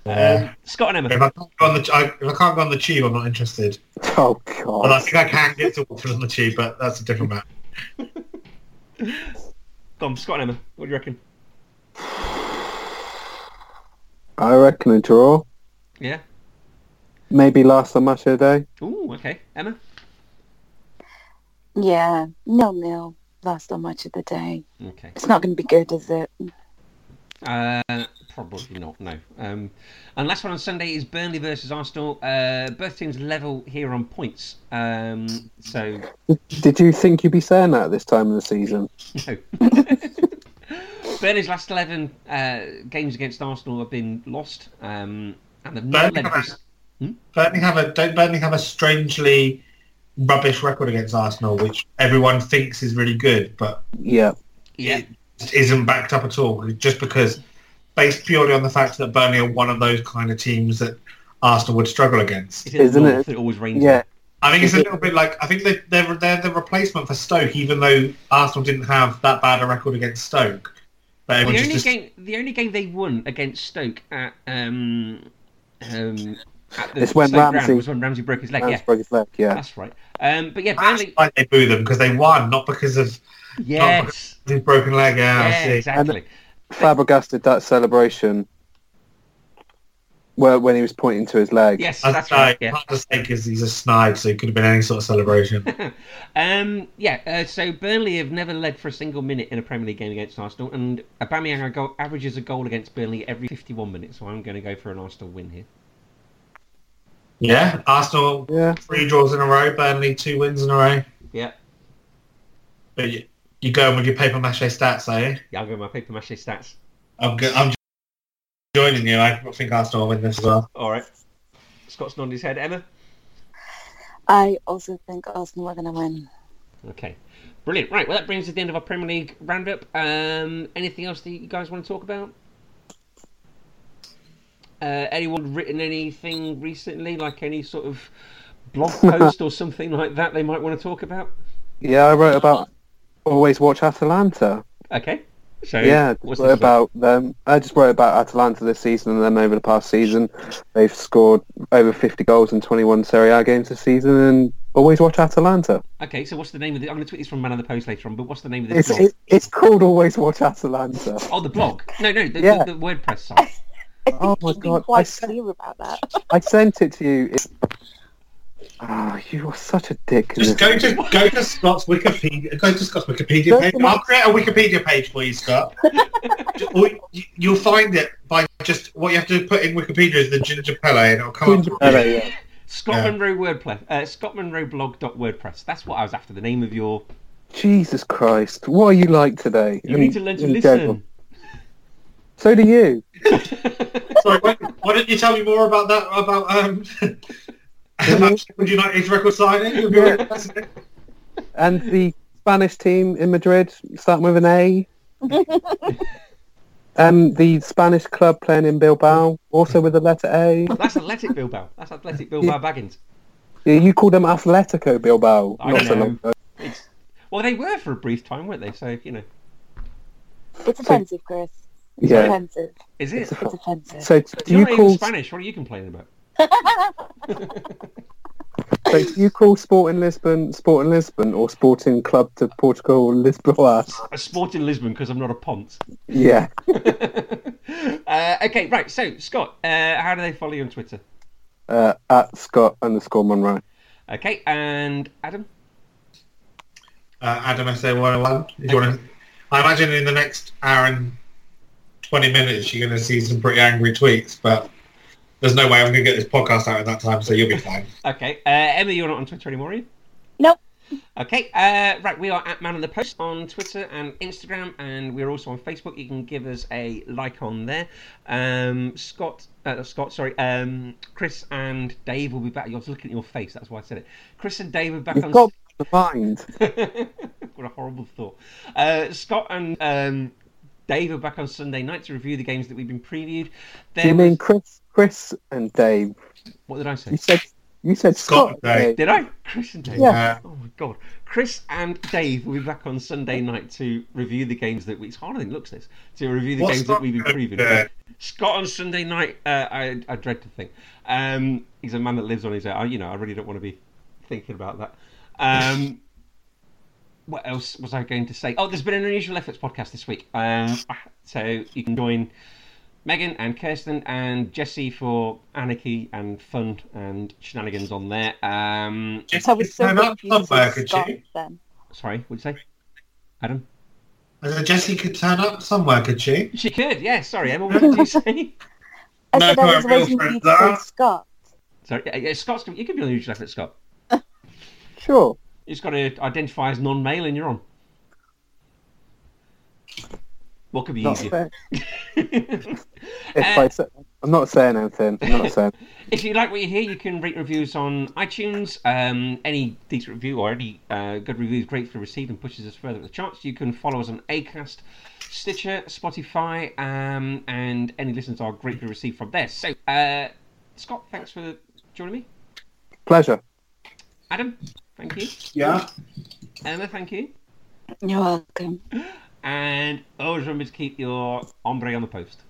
C: Yeah.
A: Um, Scott and
C: uh, If
A: Emma.
C: I can't go on the I, if I can't go on the tube, I'm not interested.
B: Oh
C: Well, I
B: God!
C: think I can get to Watford on the tube, but that's a different matter.
A: Go on, Scott and Emma. What do you reckon?
B: I reckon a draw.
A: Yeah.
B: Maybe last on match of the day.
A: Ooh, okay. Emma?
D: Yeah, no nil. Last on much of the day.
A: Okay.
D: It's not going to be good, is it?
A: Uh, probably not, no. Um, and last one on Sunday is Burnley versus Arsenal. Uh, both teams level here on points. Um, so,
B: Did you think you'd be saying that at this time of the season?
A: no. Burnley's last 11 uh, games against Arsenal have been lost. Um, and they've not
C: Burnley
A: led
C: have
A: this...
C: Burnley have a don't Burnley have a strangely rubbish record against Arsenal, which everyone thinks is really good, but
B: Yeah.
A: Yeah.
C: just isn't backed up at all. Just because, based purely on the fact that Burnley are one of those kind of teams that Arsenal would struggle against.
A: It's in the
B: Isn't
A: north,
B: it-
A: It always rains.
B: Yeah.
C: I think it's a little bit like I think they, they're they're the replacement for Stoke, even though Arsenal didn't have that bad a record against Stoke. But
A: The
C: everyone
A: only
C: just,
A: game, the only game they won against Stoke at um, um at the
B: It's when
A: Stoke ground
B: Ramsey-
A: was when Ramsey broke his leg. Yeah,
B: That's Brugge's leg, yeah.
A: that's right. Um, but yeah,
C: that's
A: Burnley.
C: why they boo them because they won, not because of
A: Yes,
C: his broken leg. Yeah,
A: yeah,
C: I see.
A: exactly.
B: Fabregas did that celebration where when he was pointing to his leg.
A: Yes,
C: I
A: that's
C: say,
A: right. Yeah.
C: Part of the stake is he's a snide, so it could have been any sort of celebration.
A: Um, yeah, uh, so Burnley have never led for a single minute in a Premier League game against Arsenal, and Aubameyang a goal, averages a goal against Burnley every 51 minutes, so I'm going to go for an Arsenal win here.
C: yeah, Arsenal
B: Yeah.
C: three draws in a row, Burnley two wins in a row.
A: Yeah,
C: But you, you going with your paper mache stats, eh? are you?
A: yeah, I'll go with my paper mache stats.
C: I'm, go- I'm joining you. I think Arsenal will win this as well.
A: All right. Scott's nodding his head. Emma?
D: I also think Arsenal are going to win.
A: Okay, brilliant. Right, well, that brings us to the end of our Premier League roundup. Um, anything else that you guys want to talk about? Uh, anyone written anything recently, like any sort of blog post or something like that they might want to talk about?
B: Yeah, I wrote about always watch Atalanta.
A: Okay, so
B: Yeah, I just
A: what's
B: wrote
A: the-
B: about them. I just wrote about Atalanta this season and them over the past season. They've scored over 50 goals in 21 Serie A games this season and always watch Atalanta.
A: Okay, so what's the name of the? I'm going to tweet this from Man on the Post later on, but what's the name of this
B: It's,
A: blog?
B: it, it's called always watch Atalanta.
A: Oh, the blog. No, no, the,
B: Yeah.
A: the, the WordPress site.
D: I think
B: Oh my
D: you've
B: God, I
D: been quite
B: said-
D: clear about that.
B: I sent it to you. It's... Ah, you are such a dick. in
C: Just
B: this-
C: go to go to Scott's Wikipedia. Go to Scott's Wikipedia page. I'll create a Wikipedia page for you, Scott. Or you- You'll find it by just what you have to put in Wikipedia is the ginger pele, and it'll come up.
B: Hello, yeah.
A: Scott
C: Yeah.
A: Monroe WordPress. Uh, Scott Monroe blog.wordpress. That's what I was after. The name of your.
B: Jesus Christ, what are you like today?
A: You
B: in-
A: need to learn to
B: in
A: listen.
B: general? So do you.
C: Sorry, why, why don't you tell me more about that? About um, about Sheffield United's record signing? You'll be
B: Yeah.
C: right.
B: And the Spanish team in Madrid, starting with an A. and the Spanish club playing in Bilbao, also with the letter A.
A: That's Athletic Bilbao. That's Athletic Bilbao Baggins.
B: Yeah, you call them Atletico Bilbao.
A: I
B: not so
A: know.
B: long ago.
A: It's Well, they were for a brief time, weren't they? So you know,
D: It's offensive, Chris. It's
B: Yeah.
D: offensive.
A: is it?
D: It's offensive.
B: So do
A: You're
B: you
A: not even
B: call
A: Spanish. What are you complaining about?
B: so do you call Sporting Lisbon Sporting Lisbon or Sporting Club de Portugal Lisboas?
A: A sport in Lisbon because I'm not a pont.
B: Yeah.
A: uh, okay, right. So Scott, uh, how do they follow you on Twitter?
B: Uh, at Scott underscore Monroe.
A: Okay, and Adam.
C: uh, Adam SA101. If you want to, I imagine in the next hour and 20 minutes you're going to see some pretty angry tweets, but there's no way I'm going to get this podcast out in that time, so you'll be fine.
A: Okay, uh, Emma, you're not on Twitter anymore, are you?
D: Nope.
A: Okay, uh, right, we are at Man on the Post on Twitter and Instagram, and we're also on Facebook. You can give us a like on there. Um, Scott, uh, Scott, sorry, um, Chris and Dave will be back. You're looking at your face, that's why I said it. Chris and Dave are back
B: You've
A: on.
B: got the mind.
A: what a horrible thought. Uh, Scott and um, Dave are back on Sunday night to review the games that we've been previewed.
B: Do you
A: There was-
B: mean Chris Chris and Dave?
A: What did I
B: You
A: say?
B: said you said
C: Scott
B: Scott,
C: and Dave.
B: Dave.
A: Did I? Chris and Dave.
B: Yeah.
C: Uh,
A: Oh my god. Chris and Dave will be back on Sunday night to review the games that we. It's harder than it looks this. To review the
C: What's
A: games that we've been
C: that?
A: previewing.
C: Uh,
A: Scott on Sunday night, uh, I, I dread to think. Um, he's a man that lives on his own. I- You know, I really don't want to be thinking about that. Um, what else was I going to say? Oh, there's been an unusual efforts podcast this week. Um, so you can join Megan and Kirsten and Jesse for anarchy and fun and shenanigans on there. Um,
C: just
D: so we're still
C: turn up
D: confused
C: somewhere,
D: with
C: could
D: Scott
C: she?
D: then.
A: sorry, what'd you say, Adam?
C: I said Jessie could turn up somewhere, could she?
A: She could, yeah. Sorry, Emma, what did you say?
D: I
C: No,
D: said
C: we're
D: I was
C: real
D: waiting for you
C: friends,
D: to say
C: huh?
D: Scott.
A: Sorry, yeah, yeah, Scott's, you could be on the usual effort, Scott.
B: Sure.
A: You just got to identify as non-male and you're on. What could be
B: Not
A: easier? Uh,
B: fair. If I said, I'm not saying anything. I'm not saying.
A: If you like what you hear, you can rate reviews on iTunes. Um, any decent review or any uh, good review is gratefully received and pushes us further up the charts. You can follow us on Acast, Stitcher, Spotify, um, and any listens are gratefully received from there. So, uh, Scott, thanks for joining me.
B: Pleasure.
A: Adam, thank you.
C: Yeah.
A: Emma, thank you.
D: You're welcome.
A: oh, And always remember to keep your ombre on the post.